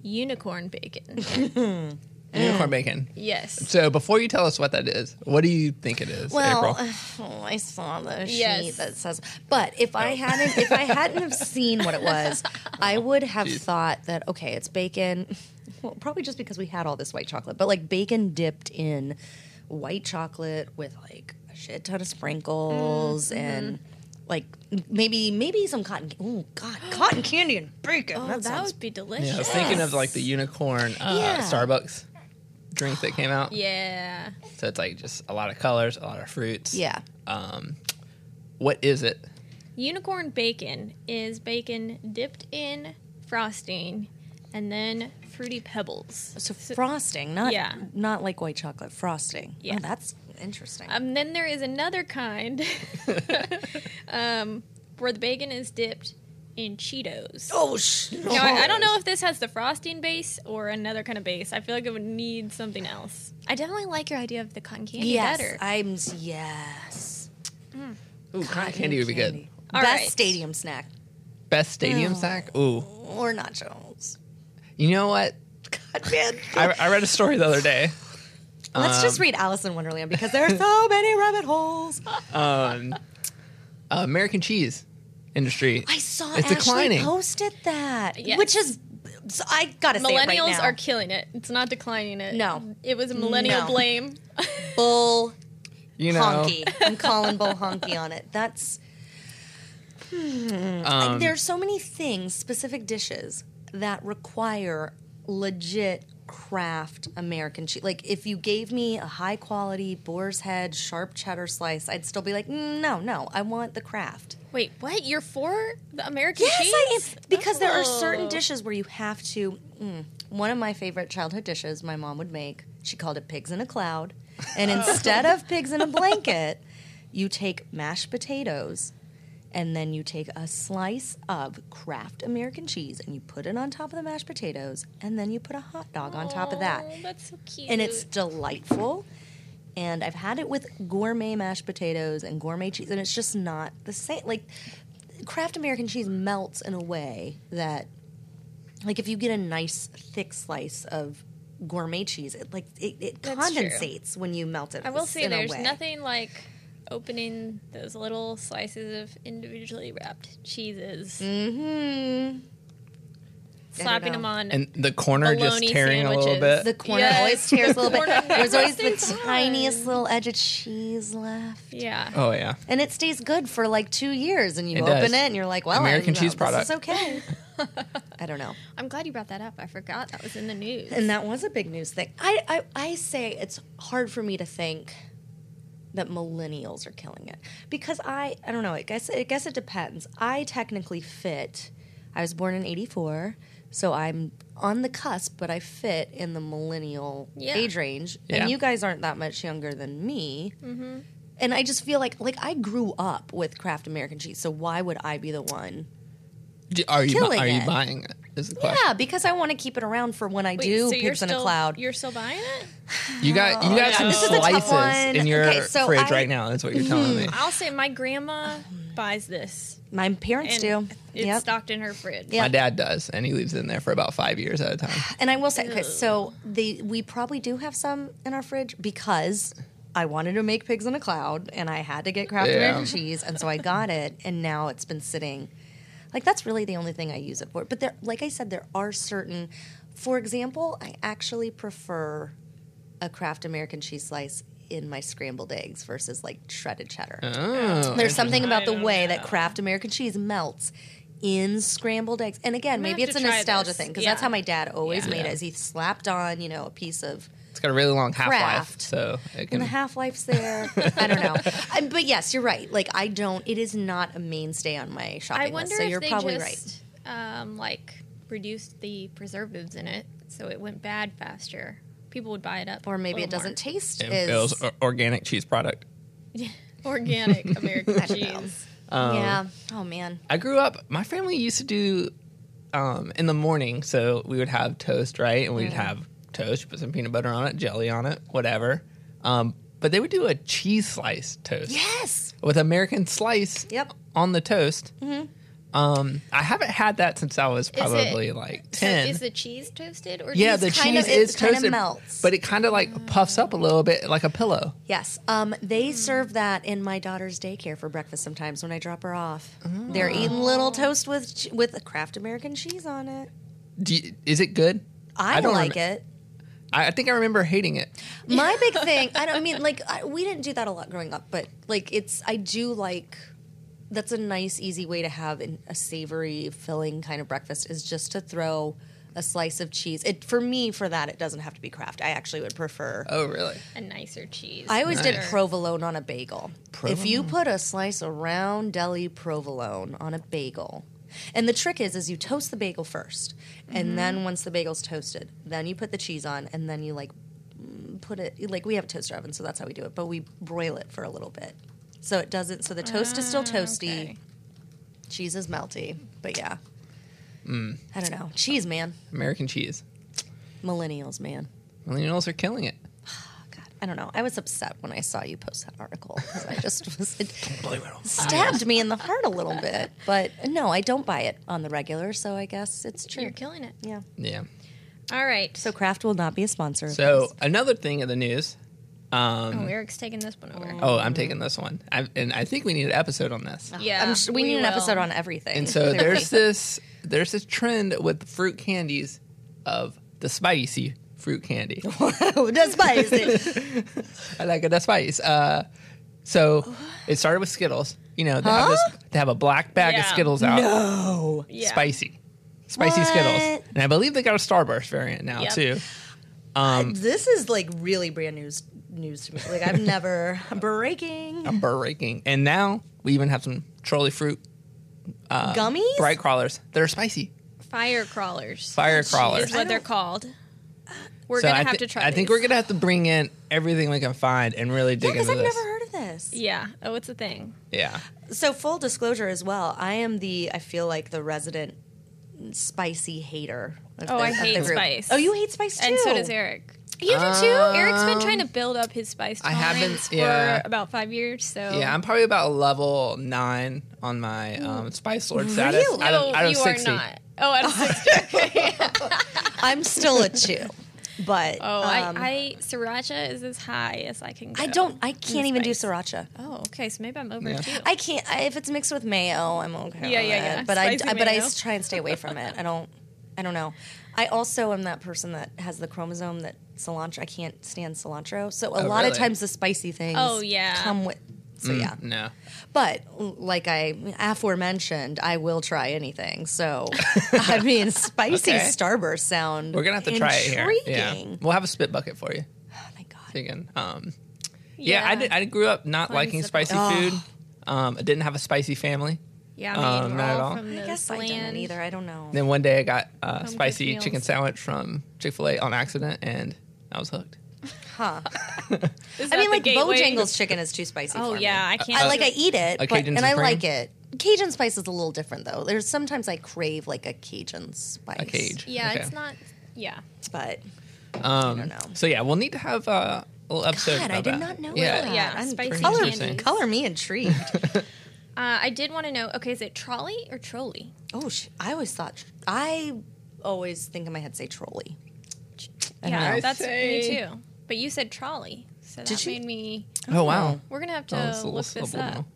[SPEAKER 3] unicorn bacon.
[SPEAKER 2] Uh,
[SPEAKER 1] Unicorn bacon.
[SPEAKER 3] yes.
[SPEAKER 1] So, before you tell us what that is, what do you think it is,
[SPEAKER 2] Well,
[SPEAKER 1] April?
[SPEAKER 2] oh, I saw the sheet
[SPEAKER 3] Yes.
[SPEAKER 2] that says. But if I hadn't, if I hadn't have seen what it was, I would have
[SPEAKER 1] Jeez.
[SPEAKER 2] thought that okay, it's bacon. Well, probably just because we had all this white chocolate, but like bacon dipped in white chocolate with like a shit ton of sprinkles
[SPEAKER 3] Mm,
[SPEAKER 2] and
[SPEAKER 3] mm-hmm.
[SPEAKER 2] like maybe maybe some cotton. Oh God, cotton candy and bacon.
[SPEAKER 3] Oh, that,
[SPEAKER 2] that sounds
[SPEAKER 3] would be
[SPEAKER 1] Yeah, I was
[SPEAKER 3] delicious.
[SPEAKER 1] thinking of like the unicorn uh,
[SPEAKER 2] Yeah.
[SPEAKER 1] Starbucks drink that came out.
[SPEAKER 3] Yeah.
[SPEAKER 1] So, it's like just a lot of colors, a lot of fruits.
[SPEAKER 2] yeah.
[SPEAKER 1] Um, what is it?
[SPEAKER 3] Unicorn bacon is bacon dipped in frosting and then fruity pebbles.
[SPEAKER 2] So frosting, not
[SPEAKER 3] Yeah.
[SPEAKER 2] not like white chocolate frosting.
[SPEAKER 3] Yeah.
[SPEAKER 2] Oh, that's interesting.
[SPEAKER 3] Um, then there is another kind um, where the bacon is dipped in Cheetos.
[SPEAKER 2] oh sh-
[SPEAKER 3] Now, I, I don't know if this has the frosting base or another kind of base. I feel like it would need something else. I definitely like your idea of the cotton candy
[SPEAKER 2] Yes,
[SPEAKER 3] better.
[SPEAKER 2] I'm yes.
[SPEAKER 1] Ooh, cotton candy would be good.
[SPEAKER 2] Candy. Oh.
[SPEAKER 3] All
[SPEAKER 2] Best
[SPEAKER 3] right.
[SPEAKER 2] stadium snack
[SPEAKER 1] Best stadium snack? Ooh.
[SPEAKER 2] or nachos.
[SPEAKER 1] You know what?
[SPEAKER 2] God man,
[SPEAKER 1] I, um, I read a story the other day.
[SPEAKER 2] let's just read Alice in Wonderland because there are so many rabbit holes.
[SPEAKER 1] Um, uh, American cheese industry
[SPEAKER 2] I saw
[SPEAKER 1] it's
[SPEAKER 2] Ashley
[SPEAKER 1] declining.
[SPEAKER 2] posted that,
[SPEAKER 3] Yes.
[SPEAKER 2] which is so I gotta say it right
[SPEAKER 3] Millennials
[SPEAKER 2] now.
[SPEAKER 3] are killing it. It's not declining it.
[SPEAKER 2] No.
[SPEAKER 3] It was a millennial
[SPEAKER 2] No.
[SPEAKER 3] blame.
[SPEAKER 2] bull
[SPEAKER 1] you know,
[SPEAKER 2] honky. I'm calling bull honky on it. That's
[SPEAKER 1] um,
[SPEAKER 2] there are so many things, specific dishes that require legit craft American cheese. Like if you gave me a high quality boar's head sharp cheddar slice, I'd still be like, "Mm, no, no, I want the craft.
[SPEAKER 3] Wait, what? You're for the American
[SPEAKER 2] Yes,
[SPEAKER 3] cheese?
[SPEAKER 2] I am. Because there are
[SPEAKER 3] Oh.
[SPEAKER 2] certain dishes where you have to. Mm, one of my favorite childhood dishes my mom would make, she called it pigs in a cloud. And instead of pigs in a blanket, you take mashed potatoes and then you take a slice of Kraft American cheese and you put it on top of the mashed potatoes and then you put a hot dog on top of that.
[SPEAKER 3] Oh, that's so cute.
[SPEAKER 2] And it's delightful. And I've had it with gourmet mashed potatoes and gourmet cheese, and it's just not the same. Like, Kraft American cheese melts in a way that, like, if you get a nice thick slice of gourmet cheese, it like it, it
[SPEAKER 3] That's true.
[SPEAKER 2] condensates when you melt it.
[SPEAKER 3] I will say
[SPEAKER 2] in a
[SPEAKER 3] there's
[SPEAKER 2] way.
[SPEAKER 3] nothing like opening those little slices of individually wrapped cheeses,
[SPEAKER 2] Mhm.
[SPEAKER 3] slapping
[SPEAKER 2] know.
[SPEAKER 3] them on.
[SPEAKER 1] and the corner just
[SPEAKER 3] Bologna
[SPEAKER 1] tearing a little
[SPEAKER 3] sandwiches.
[SPEAKER 1] bit.
[SPEAKER 2] The corner
[SPEAKER 3] Yes,
[SPEAKER 2] always tears a
[SPEAKER 3] the
[SPEAKER 2] little bit.
[SPEAKER 3] corner
[SPEAKER 2] There's always the
[SPEAKER 3] always stays
[SPEAKER 2] tiniest
[SPEAKER 3] on.
[SPEAKER 2] little edge of cheese left.
[SPEAKER 3] yeah.
[SPEAKER 1] oh yeah,
[SPEAKER 2] and it stays good for like two years, and you
[SPEAKER 1] It
[SPEAKER 2] open
[SPEAKER 1] does.
[SPEAKER 2] it and you're like, "Well,
[SPEAKER 1] American
[SPEAKER 2] I don't know,
[SPEAKER 1] cheese product.
[SPEAKER 2] This is okay." I don't know,
[SPEAKER 3] I'm glad you brought that up. I forgot that was in the news.
[SPEAKER 2] and that was a big news thing. I, I I say it's hard for me to think that millennials are killing it because I I don't know. I guess I guess it depends. I technically fit. I was born in '84, so I'm on the cusp, but I fit in the millennial
[SPEAKER 3] Yeah. Mm-hmm.
[SPEAKER 2] age range.
[SPEAKER 1] Yeah.
[SPEAKER 2] And you guys aren't that much younger than me. And I just feel like like I grew up with Kraft American cheese, so why would I be the one?
[SPEAKER 1] D- are you bu-
[SPEAKER 2] killing
[SPEAKER 1] are you
[SPEAKER 2] it.
[SPEAKER 1] buying it? Is the question.
[SPEAKER 2] Yeah, because I want to keep it around for when I
[SPEAKER 3] Wait,
[SPEAKER 2] do
[SPEAKER 3] so you're
[SPEAKER 2] pigs in a
[SPEAKER 3] still-
[SPEAKER 2] cloud.
[SPEAKER 3] You're still buying it?
[SPEAKER 1] You got you
[SPEAKER 2] Oh,
[SPEAKER 1] got
[SPEAKER 3] yeah.
[SPEAKER 1] some
[SPEAKER 3] This is a
[SPEAKER 2] tough
[SPEAKER 1] slices in
[SPEAKER 2] one.
[SPEAKER 1] your
[SPEAKER 2] Okay, so
[SPEAKER 1] fridge
[SPEAKER 2] I- Mm-hmm.
[SPEAKER 1] right now. That's what you're telling me.
[SPEAKER 3] I'll say my grandma buys this.
[SPEAKER 2] My parents do.
[SPEAKER 3] It's
[SPEAKER 2] Yep.
[SPEAKER 3] stocked in her fridge.
[SPEAKER 2] Yeah.
[SPEAKER 1] My dad does, and he leaves it in there for about five years at a time.
[SPEAKER 2] And I will say, okay, so the we probably do have some in our fridge because I wanted to make pigs in a cloud, and I had to get Kraft
[SPEAKER 1] Yeah.
[SPEAKER 2] American cheese, and so I got it, and now it's been sitting. Like that's really the only thing I use it for. But there, like I said, there are certain. For example, I actually prefer a Kraft American cheese slice in my scrambled eggs versus like shredded cheddar.
[SPEAKER 1] Oh,
[SPEAKER 2] There's something about
[SPEAKER 3] I
[SPEAKER 2] the
[SPEAKER 3] don't
[SPEAKER 2] way
[SPEAKER 3] know.
[SPEAKER 2] that Kraft American cheese melts in scrambled eggs. And again,
[SPEAKER 3] gonna
[SPEAKER 2] maybe
[SPEAKER 3] have
[SPEAKER 2] it's
[SPEAKER 3] to
[SPEAKER 2] a
[SPEAKER 3] try
[SPEAKER 2] nostalgia
[SPEAKER 3] this.
[SPEAKER 2] thing because
[SPEAKER 3] Yeah.
[SPEAKER 2] that's how my dad always
[SPEAKER 3] Yeah.
[SPEAKER 2] made
[SPEAKER 1] Yeah.
[SPEAKER 2] it. Is he slapped on, you know, a piece of
[SPEAKER 1] it's got a really long half life,
[SPEAKER 2] Kraft.
[SPEAKER 1] so it
[SPEAKER 2] and
[SPEAKER 1] can.
[SPEAKER 2] the half life's there. I don't know, Um, but yes, you're right. Like I don't. It is not a mainstay on my shopping
[SPEAKER 3] I wonder
[SPEAKER 2] list. So
[SPEAKER 3] if
[SPEAKER 2] you're
[SPEAKER 3] they
[SPEAKER 2] probably right.
[SPEAKER 3] just um, like reduced the preservatives in it, so it went bad faster. People would buy it up,
[SPEAKER 2] Or
[SPEAKER 3] a
[SPEAKER 2] maybe it
[SPEAKER 3] little more.
[SPEAKER 2] doesn't taste
[SPEAKER 1] It
[SPEAKER 2] as
[SPEAKER 1] was o- organic cheese product.
[SPEAKER 3] Organic American
[SPEAKER 2] I don't know.
[SPEAKER 3] cheese.
[SPEAKER 1] Um,
[SPEAKER 2] yeah. Oh man.
[SPEAKER 1] I grew up. My family used to do um, in the morning, so we would have toast, right? And we'd have toast, put some peanut butter on it, jelly on it, whatever. Um, but they would do a cheese slice toast
[SPEAKER 2] Yes.
[SPEAKER 1] with American slice
[SPEAKER 2] Yep. Mm-hmm.
[SPEAKER 1] on the toast. Um, I haven't had that since I was probably like
[SPEAKER 3] So
[SPEAKER 1] ten.
[SPEAKER 3] is the cheese toasted or
[SPEAKER 1] yeah,
[SPEAKER 3] cheese
[SPEAKER 1] the
[SPEAKER 2] it's kind
[SPEAKER 1] cheese
[SPEAKER 2] of- it
[SPEAKER 1] is
[SPEAKER 2] kinda
[SPEAKER 1] toasted,
[SPEAKER 2] melts.
[SPEAKER 1] but it kind of like puffs up a little bit, like a pillow.
[SPEAKER 2] Yes. Um, they serve that in my daughter's daycare for breakfast sometimes when I drop her off. They're
[SPEAKER 1] Oh.
[SPEAKER 2] eating little toast with ch- with a Kraft American cheese on it.
[SPEAKER 1] Do you, is it good?
[SPEAKER 2] I,
[SPEAKER 1] I don't
[SPEAKER 2] like
[SPEAKER 1] rem-
[SPEAKER 2] it.
[SPEAKER 1] I, I think I remember hating it.
[SPEAKER 2] My big thing, I don't I mean like I, we didn't do that a lot growing up, but like it's I do like that's a nice easy way to have an, a savory filling kind of breakfast is just to throw a slice of cheese. It for me for that it doesn't have to be Kraft. I actually would prefer
[SPEAKER 1] Oh, really?
[SPEAKER 3] a nicer cheese?
[SPEAKER 2] I always did
[SPEAKER 1] Nice.
[SPEAKER 2] provolone on a bagel. If you put a slice of round deli provolone on a bagel, and the trick is, is you toast the bagel first, and then once the bagel's toasted, then you put the cheese on, and then you like mm, put it like we have a toaster oven, so that's how we do it. But we broil it for a little bit, so it doesn't. So the toast is still toasty,
[SPEAKER 3] okay.
[SPEAKER 2] cheese is melty, but yeah, I don't know, cheese man,
[SPEAKER 1] American cheese.
[SPEAKER 2] millennials man.
[SPEAKER 1] Millennials are killing it.
[SPEAKER 2] God, I don't know. I was upset when I saw you post that article because I just was. It,
[SPEAKER 1] Believe it.
[SPEAKER 2] stabbed me in the heart a little bit. But no, I don't buy it on the regular, so I guess it's true.
[SPEAKER 3] You're killing it.
[SPEAKER 2] yeah.
[SPEAKER 1] Yeah.
[SPEAKER 3] All right.
[SPEAKER 2] So Kraft will not be a sponsor. of
[SPEAKER 1] So
[SPEAKER 2] this.
[SPEAKER 1] another thing in the news, Um,
[SPEAKER 3] Oh, Eric's taking this one over.
[SPEAKER 1] oh, I'm taking this one, I, and I think we need an episode on this.
[SPEAKER 3] Yeah,
[SPEAKER 2] I'm sure we,
[SPEAKER 3] we
[SPEAKER 2] need an
[SPEAKER 3] will.
[SPEAKER 2] episode on everything.
[SPEAKER 1] And so
[SPEAKER 2] Clearly.
[SPEAKER 1] there's this there's this trend with fruit candies of the spicy fruit candy.
[SPEAKER 2] That's spicy.
[SPEAKER 1] I like it. That's spice. Uh, so it started with Skittles. You know, they, have, this, they have a black bag of
[SPEAKER 3] Yeah.
[SPEAKER 1] Skittles out.
[SPEAKER 2] no.
[SPEAKER 3] Yeah.
[SPEAKER 1] Spicy. Spicy
[SPEAKER 2] What?
[SPEAKER 1] Skittles. And I believe they got a Starburst variant now,
[SPEAKER 3] Yep.
[SPEAKER 1] too. Um,
[SPEAKER 2] this is like really brand news news to me. Like I've never breaking
[SPEAKER 1] I'm breaking. And now we even have some trolley fruit
[SPEAKER 2] gummies.
[SPEAKER 1] Uh, bright crawlers that are spicy.
[SPEAKER 3] Fire crawlers
[SPEAKER 1] Fire
[SPEAKER 3] is
[SPEAKER 1] crawlers.
[SPEAKER 3] what they're called.
[SPEAKER 2] Uh,
[SPEAKER 3] We're
[SPEAKER 1] So
[SPEAKER 3] gonna
[SPEAKER 1] I
[SPEAKER 3] have
[SPEAKER 1] thi-
[SPEAKER 3] to try.
[SPEAKER 1] I think
[SPEAKER 3] these.
[SPEAKER 1] we're going to have to bring in everything we can find and really dig
[SPEAKER 2] Because
[SPEAKER 1] into
[SPEAKER 2] I've
[SPEAKER 1] this.
[SPEAKER 2] never heard of this.
[SPEAKER 3] Yeah. Oh, it's a thing.
[SPEAKER 1] yeah.
[SPEAKER 2] So full disclosure as well, I am the I feel like the resident spicy hater. of
[SPEAKER 3] Oh,
[SPEAKER 2] the-
[SPEAKER 3] I
[SPEAKER 2] of
[SPEAKER 3] hate
[SPEAKER 2] the group.
[SPEAKER 3] spice.
[SPEAKER 2] Oh, you hate spice too.
[SPEAKER 3] And so does Eric. You do too. Eric's been trying to build up his spice
[SPEAKER 1] Um, I
[SPEAKER 3] tolerance
[SPEAKER 1] haven't- yeah.
[SPEAKER 3] for about five years. So
[SPEAKER 1] Yeah, I'm probably about level nine on my um, Spice Lord status.
[SPEAKER 2] Really?
[SPEAKER 1] Out of,
[SPEAKER 3] no,
[SPEAKER 1] out of
[SPEAKER 3] you
[SPEAKER 1] 60.
[SPEAKER 3] are not. Oh, out of sixty.
[SPEAKER 2] I'm still a two, but
[SPEAKER 3] Oh,
[SPEAKER 2] um,
[SPEAKER 3] I, I sriracha is as high as I can. Go.
[SPEAKER 2] I don't. I can't even do
[SPEAKER 3] spice.
[SPEAKER 2] sriracha.
[SPEAKER 3] Oh, okay. So maybe I'm over
[SPEAKER 1] Yeah.
[SPEAKER 3] it too.
[SPEAKER 2] I can't. I, if it's mixed with mayo, I'm okay.
[SPEAKER 3] Yeah,
[SPEAKER 2] with
[SPEAKER 3] yeah,
[SPEAKER 2] it.
[SPEAKER 3] yeah.
[SPEAKER 2] But I,
[SPEAKER 3] Spicy
[SPEAKER 2] I- but I
[SPEAKER 3] mayo.
[SPEAKER 2] s- try and stay away from it. I don't. I don't know. I also am that person that has the chromosome that cilantro. I can't stand cilantro. So a
[SPEAKER 1] Oh,
[SPEAKER 2] lot of
[SPEAKER 1] really? Mm.
[SPEAKER 2] times the spicy things.
[SPEAKER 3] Oh, yeah.
[SPEAKER 2] Come with. So yeah.
[SPEAKER 1] No.
[SPEAKER 2] But l- like I aforementioned, I will try anything. So I mean, spicy
[SPEAKER 1] Okay.
[SPEAKER 2] starburst sound.
[SPEAKER 1] We're gonna have to try it here. Yeah,
[SPEAKER 2] Intriguing.
[SPEAKER 1] we'll have a spit bucket for you.
[SPEAKER 2] Oh my god.
[SPEAKER 1] Again. Um, yeah, I, did, I grew up not
[SPEAKER 3] Mine's
[SPEAKER 1] liking
[SPEAKER 3] the
[SPEAKER 1] spicy
[SPEAKER 2] best.
[SPEAKER 1] food. Um, I didn't have a spicy family.
[SPEAKER 3] yeah, I mean,
[SPEAKER 1] Um,
[SPEAKER 3] we're
[SPEAKER 1] not at
[SPEAKER 3] all,
[SPEAKER 1] all.
[SPEAKER 3] from
[SPEAKER 2] I
[SPEAKER 3] this
[SPEAKER 2] guess I
[SPEAKER 3] land.
[SPEAKER 2] didn't either. I don't know.
[SPEAKER 1] Then one day I got a
[SPEAKER 3] cooked
[SPEAKER 1] spicy chicken
[SPEAKER 3] meals.
[SPEAKER 1] sandwich from Chick Fil A on accident, and I was hooked.
[SPEAKER 2] Huh.
[SPEAKER 3] Is
[SPEAKER 2] I
[SPEAKER 3] that
[SPEAKER 2] mean,
[SPEAKER 3] the
[SPEAKER 2] like
[SPEAKER 3] gateway?
[SPEAKER 2] Bojangles chicken is too spicy.
[SPEAKER 3] Oh
[SPEAKER 2] for
[SPEAKER 3] yeah,
[SPEAKER 2] me.
[SPEAKER 3] I can't.
[SPEAKER 2] I like I eat it,
[SPEAKER 1] A
[SPEAKER 2] but,
[SPEAKER 1] Cajun
[SPEAKER 2] and I
[SPEAKER 1] Supreme?
[SPEAKER 2] like it. Cajun spice is a little different though. There's sometimes I crave like a Cajun spice.
[SPEAKER 1] A cage.
[SPEAKER 3] Yeah,
[SPEAKER 1] Okay.
[SPEAKER 3] it's not. Yeah,
[SPEAKER 2] but
[SPEAKER 1] Um,
[SPEAKER 2] I don't know.
[SPEAKER 1] So yeah, we'll need to have uh, a little episode.
[SPEAKER 2] God, I
[SPEAKER 1] about
[SPEAKER 2] did
[SPEAKER 1] that.
[SPEAKER 2] not know
[SPEAKER 1] Yeah,
[SPEAKER 2] that.
[SPEAKER 3] yeah,
[SPEAKER 2] I'm
[SPEAKER 3] spicy
[SPEAKER 1] pretty
[SPEAKER 2] color,
[SPEAKER 1] interesting.
[SPEAKER 3] candies. Uh,
[SPEAKER 2] color me intrigued.
[SPEAKER 3] I did want to know. Okay, is it trolley or trolley?
[SPEAKER 2] oh, sh- I always thought I always think in my head say trolley. I don't
[SPEAKER 3] Yeah,
[SPEAKER 2] know.
[SPEAKER 3] that's me
[SPEAKER 1] say-
[SPEAKER 3] too. But you said trolley, so
[SPEAKER 2] Did
[SPEAKER 3] that
[SPEAKER 2] you?
[SPEAKER 3] made me.
[SPEAKER 1] Oh wow.
[SPEAKER 3] We're gonna have
[SPEAKER 1] Oh,
[SPEAKER 3] to
[SPEAKER 1] it's a
[SPEAKER 3] look
[SPEAKER 1] little
[SPEAKER 3] this
[SPEAKER 1] subliminal.
[SPEAKER 3] up.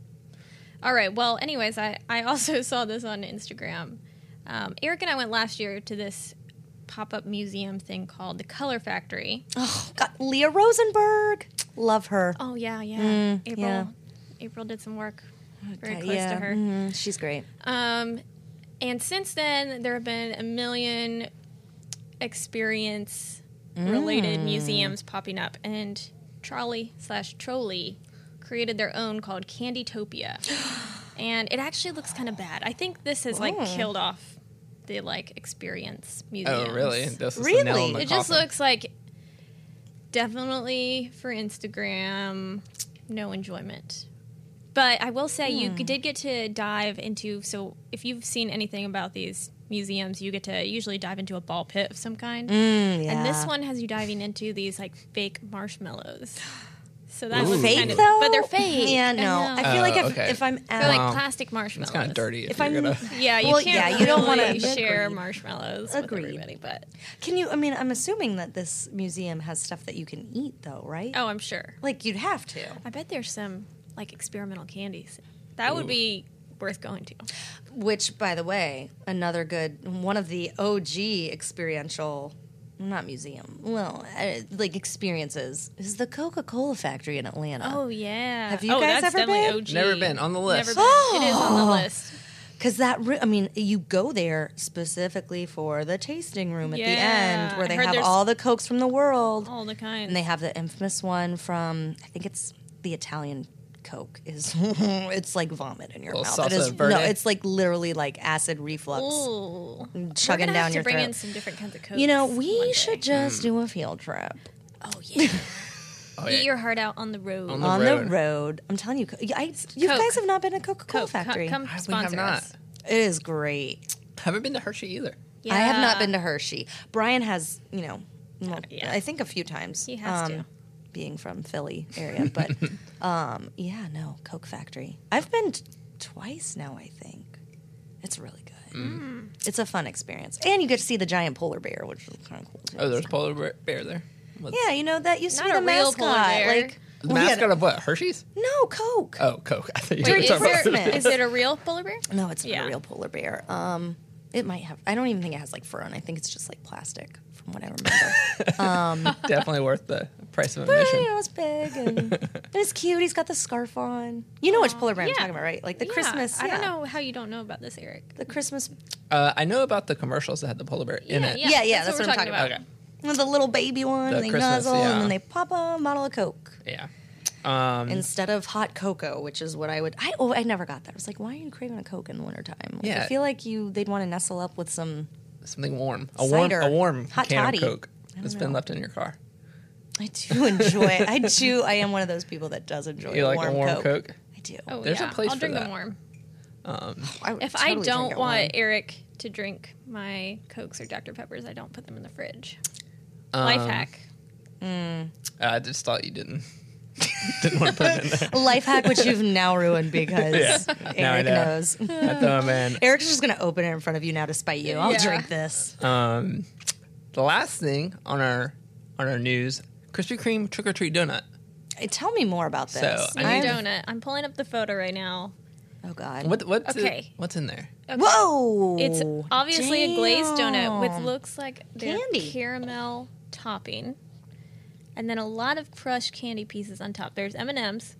[SPEAKER 3] All right. Well, anyways, I I also saw this on Instagram. Um, Eric and I went last year to this pop up museum thing called the Color Factory.
[SPEAKER 2] Oh God, Leah Rosenberg, love her.
[SPEAKER 3] Oh yeah, yeah.
[SPEAKER 2] Mm,
[SPEAKER 3] April.
[SPEAKER 2] yeah. Oh,
[SPEAKER 3] April did some work very
[SPEAKER 2] God,
[SPEAKER 3] close
[SPEAKER 2] yeah,
[SPEAKER 3] to her.
[SPEAKER 2] mhm, she's great.
[SPEAKER 3] Um, and since then, there have been a million experience related museums popping up, and Trolley slash Trolley created their own called Candytopia, and it actually looks kind of bad. I think this has like killed off the like experience museums.
[SPEAKER 1] Oh really? This is the
[SPEAKER 2] Really?
[SPEAKER 1] nail in the
[SPEAKER 3] It just
[SPEAKER 1] coffin.
[SPEAKER 3] looks like definitely for Instagram, no enjoyment. But I will say
[SPEAKER 2] Hmm.
[SPEAKER 3] you did get to dive into. So if you've seen anything about these museums, you get to usually dive into a ball pit of some kind.
[SPEAKER 2] Mm, yeah.
[SPEAKER 3] And this one has you diving into these like fake marshmallows. So that was
[SPEAKER 2] fake
[SPEAKER 3] kind of,
[SPEAKER 2] though,
[SPEAKER 3] but they're fake.
[SPEAKER 2] Yeah, no.
[SPEAKER 3] I
[SPEAKER 2] I
[SPEAKER 3] know.
[SPEAKER 2] feel like
[SPEAKER 1] Oh,
[SPEAKER 2] if,
[SPEAKER 1] okay.
[SPEAKER 2] if I'm
[SPEAKER 3] they're
[SPEAKER 2] out,
[SPEAKER 3] like
[SPEAKER 1] Wow.
[SPEAKER 3] plastic marshmallows.
[SPEAKER 1] It's kind of dirty. If,
[SPEAKER 2] if
[SPEAKER 1] you're
[SPEAKER 2] I'm-
[SPEAKER 1] gonna-
[SPEAKER 3] Yeah, you
[SPEAKER 2] Well,
[SPEAKER 3] can't
[SPEAKER 2] yeah, you don't
[SPEAKER 3] really
[SPEAKER 2] wanna-
[SPEAKER 3] share
[SPEAKER 2] Agreed.
[SPEAKER 3] marshmallows
[SPEAKER 2] Agreed.
[SPEAKER 3] with everybody, but
[SPEAKER 2] Can you? I mean, I'm assuming that this museum has stuff that you can eat, though, right?
[SPEAKER 3] oh, I'm sure.
[SPEAKER 2] Like you'd have to.
[SPEAKER 3] I bet there's some like experimental candies. That would be worth going to.
[SPEAKER 2] Which, by the way, another good one of the OG experiential, not museum, well, uh, like experiences is the Coca Cola factory in Atlanta.
[SPEAKER 3] yeah.
[SPEAKER 2] Have you
[SPEAKER 3] oh,
[SPEAKER 2] guys
[SPEAKER 3] that's
[SPEAKER 2] ever
[SPEAKER 3] definitely
[SPEAKER 2] been?
[SPEAKER 3] OG.
[SPEAKER 1] Never been. On the
[SPEAKER 3] Never
[SPEAKER 1] list.
[SPEAKER 3] been. It is on the list.
[SPEAKER 2] Because that, roo- I mean, you go there specifically for the tasting room at the
[SPEAKER 3] Yeah,
[SPEAKER 2] end where
[SPEAKER 3] I
[SPEAKER 2] they
[SPEAKER 3] heard
[SPEAKER 2] have
[SPEAKER 3] there's-
[SPEAKER 2] all the Cokes from the world.
[SPEAKER 3] All the kinds.
[SPEAKER 2] And they have the infamous one from, I think it's the Italian Coke is it's like vomit in your
[SPEAKER 1] Little
[SPEAKER 2] mouth. It is-
[SPEAKER 1] salsa verde.
[SPEAKER 2] no, it's like literally like acid reflux.
[SPEAKER 3] Ooh. We're
[SPEAKER 2] chugging
[SPEAKER 3] gonna
[SPEAKER 2] down
[SPEAKER 3] have
[SPEAKER 2] your
[SPEAKER 3] to bring
[SPEAKER 2] throat.
[SPEAKER 3] in some different kinds of cokes.
[SPEAKER 2] You know,
[SPEAKER 3] one
[SPEAKER 2] we
[SPEAKER 3] day.
[SPEAKER 2] should
[SPEAKER 1] Mm.
[SPEAKER 2] just do a field trip
[SPEAKER 3] Oh yeah.
[SPEAKER 1] Oh, yeah.
[SPEAKER 3] Eat your heart out on the road.
[SPEAKER 1] On
[SPEAKER 3] On
[SPEAKER 1] the
[SPEAKER 3] the
[SPEAKER 2] on
[SPEAKER 1] road.
[SPEAKER 2] the road. I'm telling you, I, you
[SPEAKER 3] Coke.
[SPEAKER 2] guys have not been to Coca Cola factory.
[SPEAKER 3] Come,
[SPEAKER 1] I- we have
[SPEAKER 3] sponsor
[SPEAKER 1] not.
[SPEAKER 3] us.
[SPEAKER 2] It is great.
[SPEAKER 1] Haven't been to Hershey either.
[SPEAKER 2] I have
[SPEAKER 3] Yeah.
[SPEAKER 2] not been to Hershey. Brian has, you know, well,
[SPEAKER 3] yeah.
[SPEAKER 2] I think a few times. um,
[SPEAKER 3] He has to.
[SPEAKER 2] Being from Philly area, but um, yeah, no Coke factory. I've been t- twice now. I think it's really good.
[SPEAKER 3] Mm.
[SPEAKER 2] Mm. It's a fun experience, and you get to see the giant polar bear, which is kind of cool. too.
[SPEAKER 1] Oh, there's polar bear there. What's-
[SPEAKER 2] Yeah, you know that used to
[SPEAKER 3] Oh, Not
[SPEAKER 2] be the
[SPEAKER 3] a real
[SPEAKER 2] mascot.
[SPEAKER 3] polar bear.
[SPEAKER 2] Like
[SPEAKER 1] The
[SPEAKER 2] we had-
[SPEAKER 1] mascot of what? Hershey's?
[SPEAKER 2] no Coke.
[SPEAKER 1] Oh, Coke. I thought you
[SPEAKER 3] Wait,
[SPEAKER 1] were
[SPEAKER 3] is,
[SPEAKER 1] talking about-
[SPEAKER 3] there,
[SPEAKER 2] Christmas.
[SPEAKER 3] is it a real polar bear?
[SPEAKER 2] No, it's not
[SPEAKER 3] Yeah.
[SPEAKER 2] a real polar bear. Um, it might have. I don't even think it has like fur on. it. I think it's just like plastic, from what I remember. Um,
[SPEAKER 1] definitely worth the price of
[SPEAKER 2] but you
[SPEAKER 1] admission.
[SPEAKER 2] know, it's big and, and it's cute. He's got the scarf on. You know which polar bear
[SPEAKER 3] yeah.
[SPEAKER 2] I'm talking about, right? Like the
[SPEAKER 3] Yeah,
[SPEAKER 2] Christmas.
[SPEAKER 3] I don't
[SPEAKER 2] yeah.
[SPEAKER 3] know how you don't know about this, Eric.
[SPEAKER 2] The Christmas.
[SPEAKER 1] Uh, I know about the commercials that had the polar bear in it.
[SPEAKER 2] Yeah, yeah, that's what I'm talking
[SPEAKER 1] Okay.
[SPEAKER 2] The little baby one.
[SPEAKER 1] The
[SPEAKER 2] they
[SPEAKER 1] Christmas,
[SPEAKER 2] nuzzle
[SPEAKER 1] yeah.
[SPEAKER 2] and then they pop a bottle of Coke.
[SPEAKER 1] Yeah. Um,
[SPEAKER 2] instead of hot cocoa, which is what I would. I oh, I never got that. I was like, why are you craving a Coke in the wintertime? Like,
[SPEAKER 1] Yeah.
[SPEAKER 2] I feel like you they'd want to nestle up with some.
[SPEAKER 1] something warm. A
[SPEAKER 2] Cider.
[SPEAKER 1] warm, a warm
[SPEAKER 2] Hot
[SPEAKER 1] can
[SPEAKER 2] toddy.
[SPEAKER 1] of Coke
[SPEAKER 2] don't
[SPEAKER 1] that's been
[SPEAKER 2] know.
[SPEAKER 1] left in your car.
[SPEAKER 2] I do enjoy it. I do. I am one of those people that does enjoy
[SPEAKER 1] You like
[SPEAKER 2] warm
[SPEAKER 1] a warm Coke?
[SPEAKER 2] I do.
[SPEAKER 3] Oh,
[SPEAKER 1] There's a
[SPEAKER 3] yeah.
[SPEAKER 1] place
[SPEAKER 3] I'll
[SPEAKER 1] for
[SPEAKER 3] drink
[SPEAKER 1] that.
[SPEAKER 3] them warm.
[SPEAKER 2] I would
[SPEAKER 3] If
[SPEAKER 2] totally
[SPEAKER 3] I
[SPEAKER 2] drink
[SPEAKER 3] don't
[SPEAKER 2] it
[SPEAKER 3] want
[SPEAKER 2] warm.
[SPEAKER 3] Eric to drink my Cokes or Dr. Peppers, I don't put them in the fridge.
[SPEAKER 1] Um,
[SPEAKER 3] Life hack.
[SPEAKER 1] Uh, I just thought you didn't didn't want to put it in there.
[SPEAKER 2] life hack, which you've now ruined because
[SPEAKER 1] Yeah. Now I
[SPEAKER 2] Eric
[SPEAKER 1] know.
[SPEAKER 2] knows.
[SPEAKER 1] I thought, man.
[SPEAKER 2] Eric's just gonna open it in front of you now to spite you. I'll
[SPEAKER 3] Yeah.
[SPEAKER 2] drink this.
[SPEAKER 1] Um, the last thing on our on our news: Krispy Kreme trick or treat donut.
[SPEAKER 2] Uh, Tell me more about
[SPEAKER 1] So,
[SPEAKER 2] this.
[SPEAKER 1] I
[SPEAKER 3] New
[SPEAKER 1] I'm-
[SPEAKER 3] donut. I'm pulling up the photo right now.
[SPEAKER 2] oh God.
[SPEAKER 1] What what's it-
[SPEAKER 3] Okay.
[SPEAKER 1] what's in there?
[SPEAKER 2] Whoa!
[SPEAKER 3] It's obviously a glazed donut with
[SPEAKER 2] Oh, Damn.
[SPEAKER 3] looks like their
[SPEAKER 2] Candy.
[SPEAKER 3] caramel topping, and then a lot of crushed candy pieces on top. There's M and M's,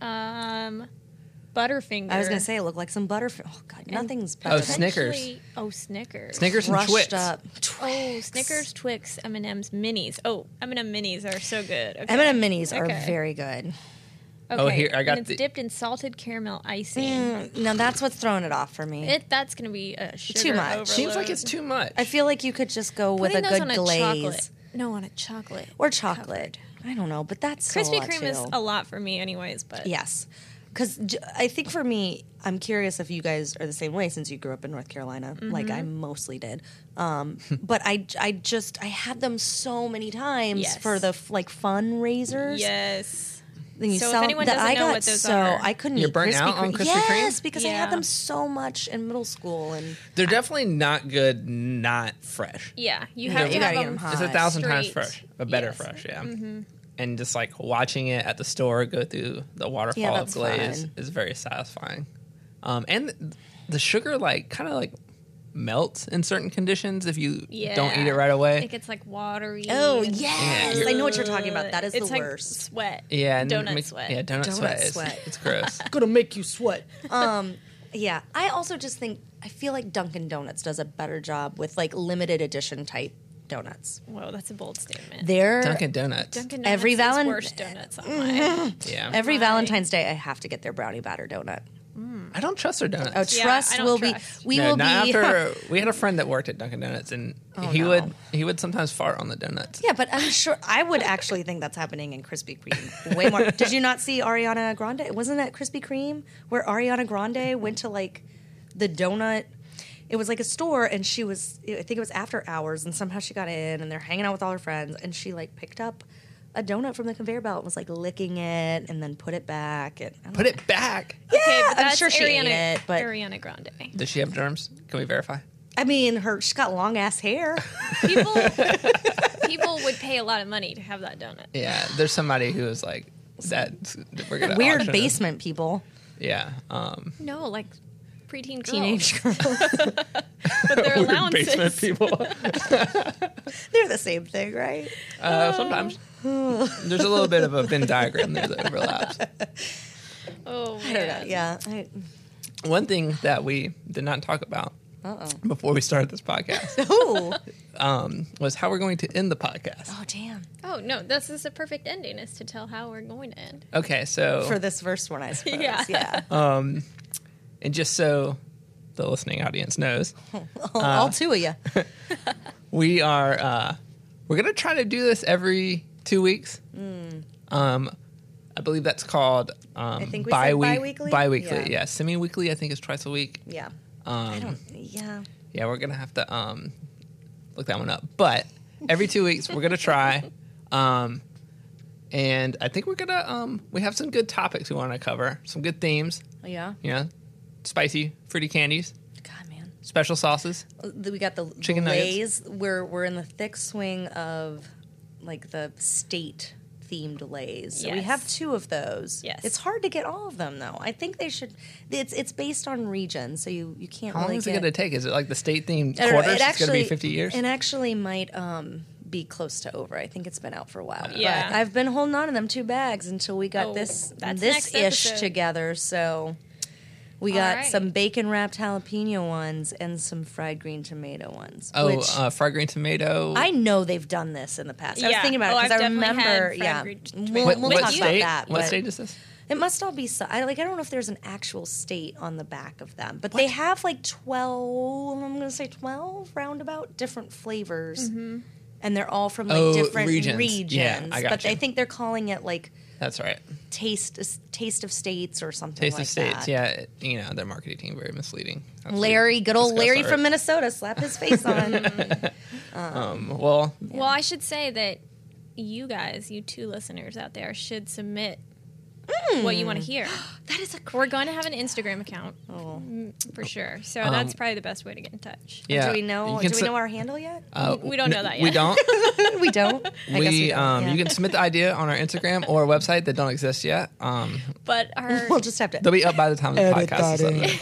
[SPEAKER 3] um, Butterfinger.
[SPEAKER 2] Mm. I was gonna say it looked like some butterfinger. Oh God, nothing's better.
[SPEAKER 1] Oh,
[SPEAKER 2] than
[SPEAKER 1] Snickers.
[SPEAKER 3] Potentially- Oh, Snickers.
[SPEAKER 1] Snickers and
[SPEAKER 2] crushed
[SPEAKER 1] Twix.
[SPEAKER 2] up.
[SPEAKER 3] Oh, Snickers, Twix, M and M's, Minis. Oh, M and M Minis are so good. Okay.
[SPEAKER 2] M and M minis are
[SPEAKER 3] Okay.
[SPEAKER 2] very good.
[SPEAKER 1] Oh,
[SPEAKER 3] Okay,
[SPEAKER 1] here, I got
[SPEAKER 3] and it's
[SPEAKER 1] the-
[SPEAKER 3] dipped in salted caramel icing.
[SPEAKER 2] Mm, now that's what's throwing it off for me.
[SPEAKER 3] It that's gonna be a sugar
[SPEAKER 2] much.
[SPEAKER 3] Overload.
[SPEAKER 1] Seems like it's too much.
[SPEAKER 2] I feel like you could just go with
[SPEAKER 3] Putting
[SPEAKER 2] a
[SPEAKER 3] those
[SPEAKER 2] good
[SPEAKER 3] on
[SPEAKER 2] glaze
[SPEAKER 3] chocolate. No, on a chocolate.
[SPEAKER 2] or chocolate. I don't know, but that's so a
[SPEAKER 3] Krispy
[SPEAKER 2] lot,
[SPEAKER 3] Kreme
[SPEAKER 2] too.
[SPEAKER 3] is a lot for me, anyways. But
[SPEAKER 2] yes, because I think for me, I'm curious if you guys are the same way since you grew up in North Carolina, like I
[SPEAKER 3] Mm-hmm.
[SPEAKER 2] mostly did. Um, but I, I just I had them so many times
[SPEAKER 3] Yes.
[SPEAKER 2] for the f- like fundraisers.
[SPEAKER 3] yes,
[SPEAKER 2] Then you
[SPEAKER 3] So if
[SPEAKER 2] sell
[SPEAKER 3] anyone
[SPEAKER 2] that
[SPEAKER 3] doesn't
[SPEAKER 2] I
[SPEAKER 3] know
[SPEAKER 2] got
[SPEAKER 3] what those
[SPEAKER 2] so
[SPEAKER 3] are-
[SPEAKER 2] I couldn't.
[SPEAKER 1] You're
[SPEAKER 2] eat
[SPEAKER 1] burnt out on Krispy Kreme?
[SPEAKER 2] Yes, because I
[SPEAKER 3] Yeah.
[SPEAKER 2] had them so much in middle school and.
[SPEAKER 1] They're definitely not good, not fresh.
[SPEAKER 3] yeah, you have
[SPEAKER 1] You
[SPEAKER 3] to
[SPEAKER 1] gotta
[SPEAKER 3] have
[SPEAKER 2] get
[SPEAKER 3] them.
[SPEAKER 2] 'em hot.
[SPEAKER 1] It's a thousand times
[SPEAKER 3] Straight.
[SPEAKER 1] fresh, but better
[SPEAKER 3] Yes.
[SPEAKER 1] fresh, yeah.
[SPEAKER 2] Mm-hmm.
[SPEAKER 1] And just like watching it at the store go through the waterfall of
[SPEAKER 2] that's
[SPEAKER 1] glaze
[SPEAKER 2] fun.
[SPEAKER 1] is very satisfying. Um, and th- the sugar like kind of like melts in certain conditions if you don't eat it
[SPEAKER 3] Yeah.
[SPEAKER 1] right away.
[SPEAKER 3] It gets like watery.
[SPEAKER 2] Oh
[SPEAKER 3] and-
[SPEAKER 2] yes,
[SPEAKER 1] Yeah.
[SPEAKER 2] I know what you're talking about. That is
[SPEAKER 3] it's
[SPEAKER 2] the
[SPEAKER 3] like
[SPEAKER 2] worst.
[SPEAKER 3] Sweat.
[SPEAKER 1] yeah, and
[SPEAKER 3] donut
[SPEAKER 1] make-
[SPEAKER 3] sweat.
[SPEAKER 1] Yeah, donut,
[SPEAKER 2] Donut
[SPEAKER 1] sweat. It's-
[SPEAKER 2] sweat.
[SPEAKER 1] It's, gross.
[SPEAKER 2] Gonna make you sweat. Um, yeah. I also just think I feel like Dunkin' Donuts does a better job with like limited edition type donuts.
[SPEAKER 3] Whoa, that's a bold statement.
[SPEAKER 2] They're
[SPEAKER 1] Dunkin' Donuts.
[SPEAKER 3] Dunkin' Donuts
[SPEAKER 2] Every Mm-hmm.
[SPEAKER 3] is
[SPEAKER 2] Valen-
[SPEAKER 3] worst donuts on my.
[SPEAKER 1] yeah,
[SPEAKER 2] every
[SPEAKER 3] Right.
[SPEAKER 2] Valentine's Day. I have to get their brownie batter donut.
[SPEAKER 1] I don't trust their donuts.
[SPEAKER 2] Oh,
[SPEAKER 3] Yeah, I
[SPEAKER 2] trust
[SPEAKER 3] don't
[SPEAKER 2] will
[SPEAKER 3] trust.
[SPEAKER 2] be. We
[SPEAKER 1] no,
[SPEAKER 2] will be. Oh,
[SPEAKER 1] not after we had a friend that worked at Dunkin' Donuts, and he
[SPEAKER 2] no.
[SPEAKER 1] would he would sometimes fart on the donuts.
[SPEAKER 2] Yeah, but I'm sure I would actually think that's happening in Krispy Kreme way more. Did you not see Ariana Grande? Wasn't that Krispy Kreme where Ariana Grande went to like the donut? It was like a store, and she was. I think it was after hours, and somehow she got in, and they're hanging out with all her friends, and she like picked up a donut from the conveyor belt and was like licking it, and then put it back. And
[SPEAKER 1] Put it back.
[SPEAKER 3] Okay,
[SPEAKER 2] Yeah,
[SPEAKER 3] but
[SPEAKER 2] I'm
[SPEAKER 3] that's
[SPEAKER 2] sure she ate
[SPEAKER 3] Ariana,
[SPEAKER 2] it, but-
[SPEAKER 3] Ariana Grande.
[SPEAKER 1] Does she have germs? Can we verify?
[SPEAKER 2] I mean, her she's got long ass hair.
[SPEAKER 3] People, people would pay a lot of money to have that donut.
[SPEAKER 1] Yeah, there's somebody who is like that. We're gonna
[SPEAKER 2] Weird
[SPEAKER 1] auction it.
[SPEAKER 2] basement people,
[SPEAKER 1] Yeah, um,
[SPEAKER 3] No, like
[SPEAKER 2] Oh.
[SPEAKER 3] preteen girls.
[SPEAKER 2] teenage girls.
[SPEAKER 3] but their allowances.
[SPEAKER 1] people.
[SPEAKER 2] They're the same thing, right?
[SPEAKER 1] uh, sometimes there's a little bit of a Venn diagram there that overlaps.
[SPEAKER 3] Oh,
[SPEAKER 2] I don't know. Yeah. I,
[SPEAKER 1] One thing that we did not talk about
[SPEAKER 2] uh oh.
[SPEAKER 1] before we started this podcast
[SPEAKER 2] Ooh.
[SPEAKER 1] um, was how we're going to end the podcast.
[SPEAKER 2] Oh damn!
[SPEAKER 3] Oh no, this is the perfect ending is to tell how we're going to end.
[SPEAKER 1] Okay, so um,
[SPEAKER 2] For this first one, I suppose.
[SPEAKER 3] Yeah.
[SPEAKER 2] Yeah.
[SPEAKER 1] and just so the listening audience knows,
[SPEAKER 2] all, all two of you.
[SPEAKER 1] we are uh, we're gonna try to do this every two weeks.
[SPEAKER 2] Hmm.
[SPEAKER 1] Um, I believe that's called um,
[SPEAKER 2] think we
[SPEAKER 1] bi
[SPEAKER 2] said
[SPEAKER 1] week
[SPEAKER 2] bi-weekly?
[SPEAKER 1] Bi-weekly, yeah.
[SPEAKER 2] Yeah.
[SPEAKER 1] Semi weekly, I think, is twice a week.
[SPEAKER 2] Yeah.
[SPEAKER 1] Um,
[SPEAKER 2] I don't. Yeah.
[SPEAKER 1] Yeah, we're gonna have to um, look that one up. But every two weeks, we're gonna try, um, and I think we're gonna um, we have some good topics we want to cover, some good themes.
[SPEAKER 2] Yeah.
[SPEAKER 1] You know, spicy fruity candies,
[SPEAKER 2] God, man.
[SPEAKER 1] special sauces.
[SPEAKER 2] Uh, We got the
[SPEAKER 1] Chicken
[SPEAKER 2] the
[SPEAKER 1] nuggets.
[SPEAKER 2] Lay's. We're we're in the thick swing of like the state themed lays. So we
[SPEAKER 3] Yes.
[SPEAKER 2] have two of those.
[SPEAKER 3] Yes.
[SPEAKER 2] It's hard to get all of them though. I think they should it's it's based on region, so you you can't
[SPEAKER 1] How long
[SPEAKER 2] really
[SPEAKER 1] is it
[SPEAKER 2] get,
[SPEAKER 1] going to take? Is it like the state themed
[SPEAKER 2] I don't know,
[SPEAKER 1] quarters?
[SPEAKER 2] it
[SPEAKER 1] it's going to be
[SPEAKER 2] actually-
[SPEAKER 1] 50 years?
[SPEAKER 2] It actually might um, be close to over. I think it's been out for a while.
[SPEAKER 3] Yeah.
[SPEAKER 2] But I've been holding on to them two bags until we got
[SPEAKER 3] Oh,
[SPEAKER 2] this
[SPEAKER 3] that's
[SPEAKER 2] this
[SPEAKER 3] next
[SPEAKER 2] ish
[SPEAKER 3] episode.
[SPEAKER 2] together. So we
[SPEAKER 3] All
[SPEAKER 2] got
[SPEAKER 3] right.
[SPEAKER 2] some bacon wrapped jalapeno ones and some fried green tomato ones.
[SPEAKER 1] oh,
[SPEAKER 2] which
[SPEAKER 1] uh, fried green tomato.
[SPEAKER 2] I know they've done this in the past. I was
[SPEAKER 3] Yeah.
[SPEAKER 2] thinking about
[SPEAKER 3] Oh,
[SPEAKER 2] it because
[SPEAKER 3] I've
[SPEAKER 2] I
[SPEAKER 3] definitely had
[SPEAKER 2] remember.
[SPEAKER 3] fried
[SPEAKER 2] Yeah,
[SPEAKER 3] green tomato.
[SPEAKER 2] we'll,
[SPEAKER 1] what
[SPEAKER 2] we'll
[SPEAKER 1] what
[SPEAKER 2] talk
[SPEAKER 1] state?
[SPEAKER 2] about that.
[SPEAKER 1] what
[SPEAKER 2] but-
[SPEAKER 1] state is this?
[SPEAKER 2] it must all be. so- I like. I don't know if there's an actual state on the back of them, but they have like twelve. I'm going to say twelve roundabout different flavors, and they're all from like
[SPEAKER 1] Oh,
[SPEAKER 2] different regions.
[SPEAKER 1] regions. Yeah, I
[SPEAKER 2] but
[SPEAKER 1] gotcha.
[SPEAKER 2] I think they're calling it like
[SPEAKER 1] That's right.
[SPEAKER 2] taste taste of states or something.
[SPEAKER 1] Taste
[SPEAKER 2] like
[SPEAKER 1] of States.
[SPEAKER 2] that.
[SPEAKER 1] Yeah, it- you know, their marketing team very misleading. That's what we
[SPEAKER 2] Larry, good old
[SPEAKER 1] discussed
[SPEAKER 2] Larry from
[SPEAKER 1] already.
[SPEAKER 2] Minnesota, slap his face on.
[SPEAKER 1] Um, well,
[SPEAKER 3] Well, I should say that you guys, you two listeners out there, should submit what you want to hear.
[SPEAKER 2] Hmm. that is a
[SPEAKER 3] We're
[SPEAKER 2] great.
[SPEAKER 3] going to have an Instagram account
[SPEAKER 2] Oh.
[SPEAKER 3] mm, for sure. So
[SPEAKER 1] Um,
[SPEAKER 3] that's probably the best way to get in touch.
[SPEAKER 1] yeah.
[SPEAKER 2] Do we know?
[SPEAKER 1] you
[SPEAKER 2] Do
[SPEAKER 1] can
[SPEAKER 2] we
[SPEAKER 1] su-
[SPEAKER 2] know our handle yet?
[SPEAKER 1] uh,
[SPEAKER 3] we don't know that
[SPEAKER 1] We
[SPEAKER 3] yet.
[SPEAKER 1] don't.
[SPEAKER 2] we don't.
[SPEAKER 1] we, um, you can submit the idea on our Instagram or website that don't exist yet. Um,
[SPEAKER 3] But our
[SPEAKER 2] We'll just have to.
[SPEAKER 1] they'll be up by the time the
[SPEAKER 2] Edit
[SPEAKER 1] podcast is
[SPEAKER 2] that in.
[SPEAKER 1] up.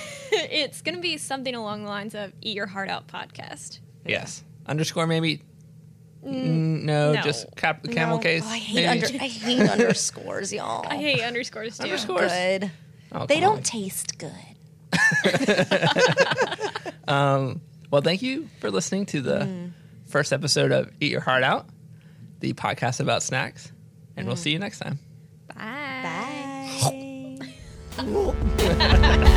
[SPEAKER 3] it's going to be something along the lines of "Eat Your Heart Out" podcast.
[SPEAKER 1] Yes. Underscore maybe. Mm, no,
[SPEAKER 3] no.
[SPEAKER 1] just cap- camel
[SPEAKER 2] No.
[SPEAKER 1] case.
[SPEAKER 2] Oh, I hate
[SPEAKER 1] maybe.
[SPEAKER 2] under, I hate underscores, y'all.
[SPEAKER 3] I hate underscores too.
[SPEAKER 1] Underscore- Underscores.
[SPEAKER 2] Good.
[SPEAKER 1] Oh,
[SPEAKER 2] They
[SPEAKER 1] come
[SPEAKER 2] don't
[SPEAKER 1] on.
[SPEAKER 2] taste good.
[SPEAKER 1] Well, thank you for listening to the first episode of Eat Your Heart Out, the podcast about snacks, and we'll see you next time.
[SPEAKER 3] Bye.
[SPEAKER 2] Bye.